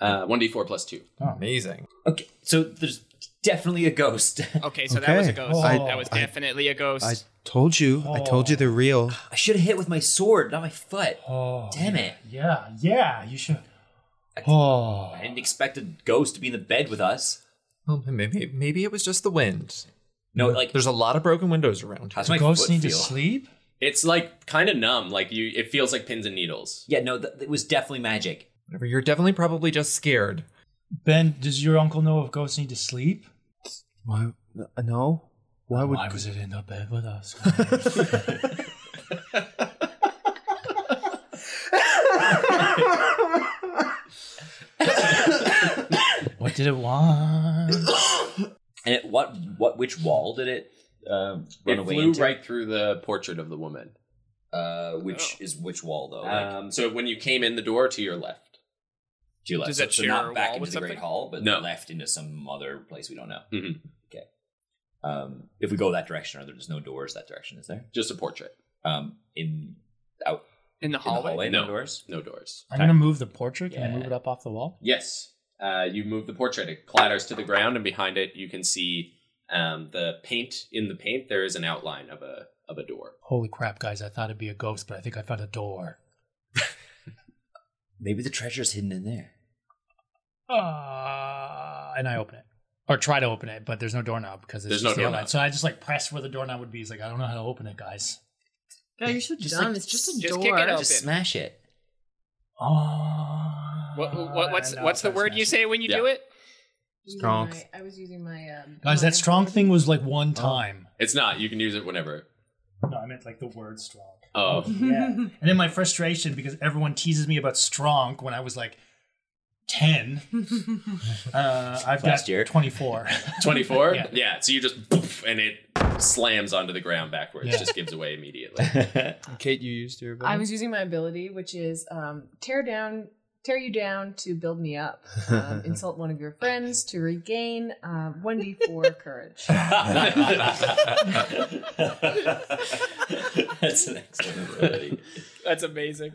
S3: Uh, 1d4 plus 2.
S11: Amazing.
S7: Okay, so there's definitely a ghost.
S10: Okay, so that was a
S2: Okay.
S10: ghost.
S2: I-
S10: that was
S2: I-
S10: definitely a ghost.
S2: I told you. I told you they're real.
S7: I should have hit with my sword, not my foot.
S8: Oh,
S7: damn it!
S8: Yeah, yeah, you should. Oh,
S7: I didn't expect a ghost to be in the bed with us.
S11: Well, maybe, maybe it was just the wind.
S7: No,
S6: Mm,
S7: like
S11: There's a lot of broken windows around.
S7: How's
S11: here.
S7: my Ghosts foot need to feel?
S8: sleep?
S3: It's like kind of numb. Like you, it feels like pins and needles.
S7: Yeah, no, th- it was definitely magic.
S11: Whatever, You're definitely probably just scared.
S8: Ben, does your uncle know if ghosts need to sleep?
S2: Why? No. Why would?
S8: Why was it in the bed with us? what did it want?
S7: And it, what what which wall did it um,
S3: It
S7: run away
S3: flew
S7: into?
S3: right through the portrait of the woman.
S10: oh.
S7: Uh, which is which wall though? Like,
S10: Uh,
S3: Um, so when you came in the door to your left,
S7: to your left.
S10: does
S7: so,
S10: it
S7: so
S10: share
S7: not
S10: a
S7: back
S10: wall
S7: into
S10: with
S7: the great
S10: something? Mm-hmm.
S7: hall, but
S3: No.
S7: left into some other place we don't know.
S3: Mhm.
S7: Okay. Um, if we go that direction, are there there's no doors that direction? Is there?
S3: just a portrait,
S7: Um, in out
S10: in the
S7: in the
S10: hallway.
S7: hallway,
S3: No.
S7: no doors.
S3: no doors.
S8: I'm gonna move the portrait. Can I
S7: Yeah.
S8: move it up off the wall?
S3: Yes, uh, you move the portrait. It clatters to the ground, and behind it, you can see um, the paint. In the paint, there is an outline of a of a door.
S8: Holy crap, guys! I thought it'd be a ghost, but I think I found a door.
S7: Maybe the treasure's hidden in there.
S8: Uh, and I open it. Or try to open it, but there's no doorknob because it's
S3: There's
S8: just
S3: no
S8: the outline.
S3: doorknob.
S8: So I just like press where the doorknob would be. It's like I don't know how to open it, guys.
S9: God, you're so
S7: Just,
S9: dumb.
S7: like,
S9: it's just a
S10: just
S9: door.
S10: kick it open.
S7: Just smash it.
S8: Oh,
S10: What, what, what's
S8: I know if
S10: what's the
S8: I
S10: word you
S8: smash it.
S10: say when you
S3: Yeah.
S10: do it?
S9: Using
S11: Strong.
S9: my- I was using my um,
S8: Guys,
S9: my-
S8: that strong thing was like one time.
S3: It's not. You can use it whenever.
S8: No, I meant like the word strong.
S3: Oh,
S8: Yeah. and then my frustration because everyone teases me about strong when I was like 10. uh, I've
S7: Last
S8: got
S7: year.
S8: 24.
S3: 24?
S8: Yeah.
S3: yeah. So you just poof, and it slams onto the ground backwards.
S8: Yeah.
S3: Just gives away immediately.
S2: Kate, you used your. Ability?
S9: I was using my ability, which is um, tear down, tear you down to build me up. Um, insult one of your friends to regain uh, one d four courage.
S7: That's an excellent ability.
S10: That's amazing.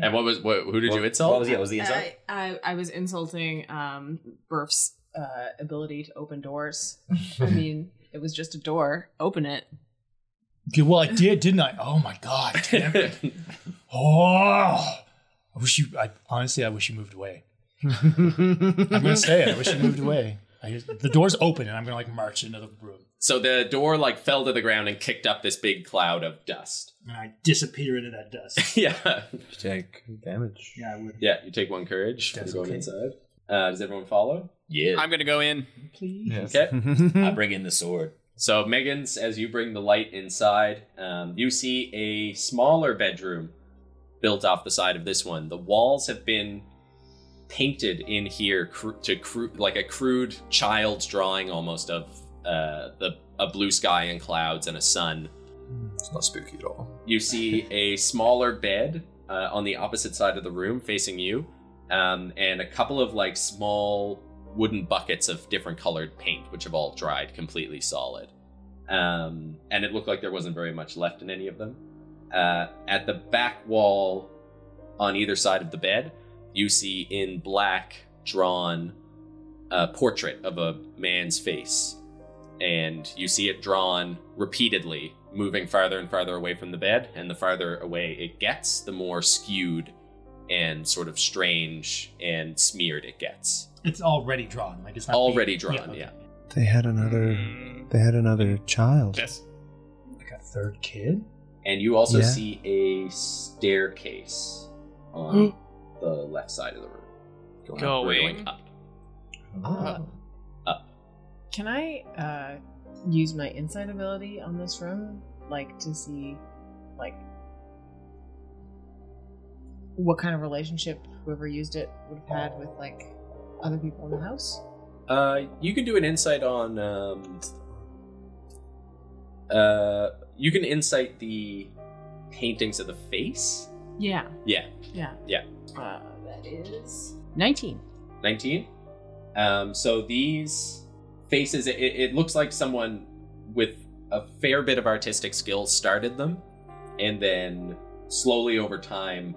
S3: and what was what, who did you insult?
S7: What was, yeah, was the insult?
S9: I, I, I was insulting um, Burf's uh, ability to open doors. I mean, it was just a door. Open it.
S8: Okay, well, I did, didn't I? Oh my God. Damn it. Oh, I wish you, I, honestly, I wish you moved away. I'm going to say it. I wish you moved away. I just, the door's open and I'm going to like march into the room.
S3: so the door like fell to the ground and kicked up this big cloud of dust.
S8: And I disappear into that dust.
S3: yeah.
S2: take damage.
S8: yeah, I would.
S3: Yeah, you take one courage from
S8: That's
S3: going
S8: okay.
S3: inside. Uh, does everyone follow?
S7: Yeah.
S10: I'm gonna go in.
S3: Okay.
S7: I bring in the sword.
S3: So, Megan's, as you bring the light inside, um, you see a smaller bedroom built off the side of this one. The walls have been painted in here cr- to cru- like a crude child's drawing almost of uh, the a blue sky and clouds and a sun.
S5: It's not spooky at all.
S3: You see a smaller bed uh, on the opposite side of the room facing you, um, and a couple of like small wooden buckets of different colored paint, which have all dried completely solid. Um, and it looked like there wasn't very much left in any of them. Uh, at the back wall on either side of the bed, you see in black drawn a portrait of a man's face and you see it drawn repeatedly, moving farther and farther away from the bed. And the farther away it gets, the more skewed and sort of strange and smeared it gets.
S8: It's already drawn. Like it's not
S3: Already
S8: being-
S3: drawn, yeah.
S2: They had another.
S10: Mm,
S2: They had another child.
S10: yes.
S8: Like a third kid?
S3: And you also
S2: Yeah.
S3: see a staircase on the left side of the room. Going,
S10: Going
S3: up.
S9: Uh, Can I uh, use my insight ability on this room, like to see, like, what kind of relationship whoever used it would have had with like other people in the house?
S12: Uh, you can do an insight on. Um, uh, you can insight the paintings of the face.
S9: Yeah.
S12: Yeah,
S9: Yeah.
S12: yeah.
S9: Uh, that is 19.
S12: 19 um, so these faces it, it looks like someone with a fair bit of artistic skill started them and then slowly over time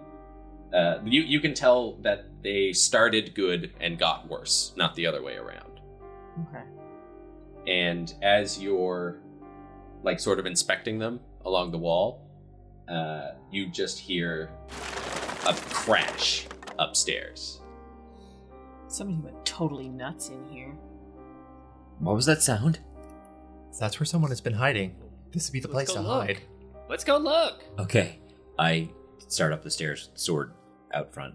S12: uh, you, you can tell that they started good and got worse not the other way around
S9: Okay.
S12: and as you're like sort of inspecting them along the wall uh, you just hear a crash upstairs
S9: Somebody went totally nuts in here.
S2: What was that sound? That's where someone has been hiding. This would be the
S10: Let's
S2: place to
S10: go look.
S2: hide.
S10: Let's go look.
S7: Okay. I start up the stairs, sword out front.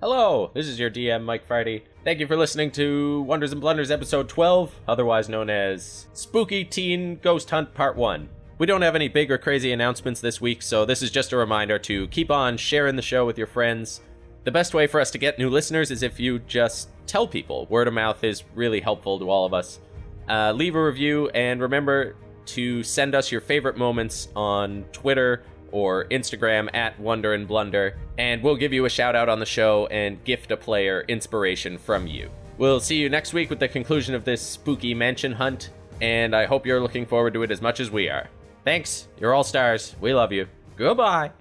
S3: Hello, this is your DM, Mike Friday. Thank you for listening to Wonders and Blunders episode 12, otherwise known as Spooky Teen Ghost Hunt Part 1. We don't have any big or crazy announcements this week, so this is just a reminder to keep on sharing the show with your friends. The best way for us to get new listeners is if you just tell people. Word of mouth is really helpful to all of us. Uh, leave a review and remember to send us your favorite moments on Twitter or Instagram at Wonder and Blunder, and we'll give you a shout out on the show and gift a player inspiration from you. We'll see you next week with the conclusion of this spooky mansion hunt, and I hope you're looking forward to it as much as we are. Thanks, you're all stars. We love you. Goodbye.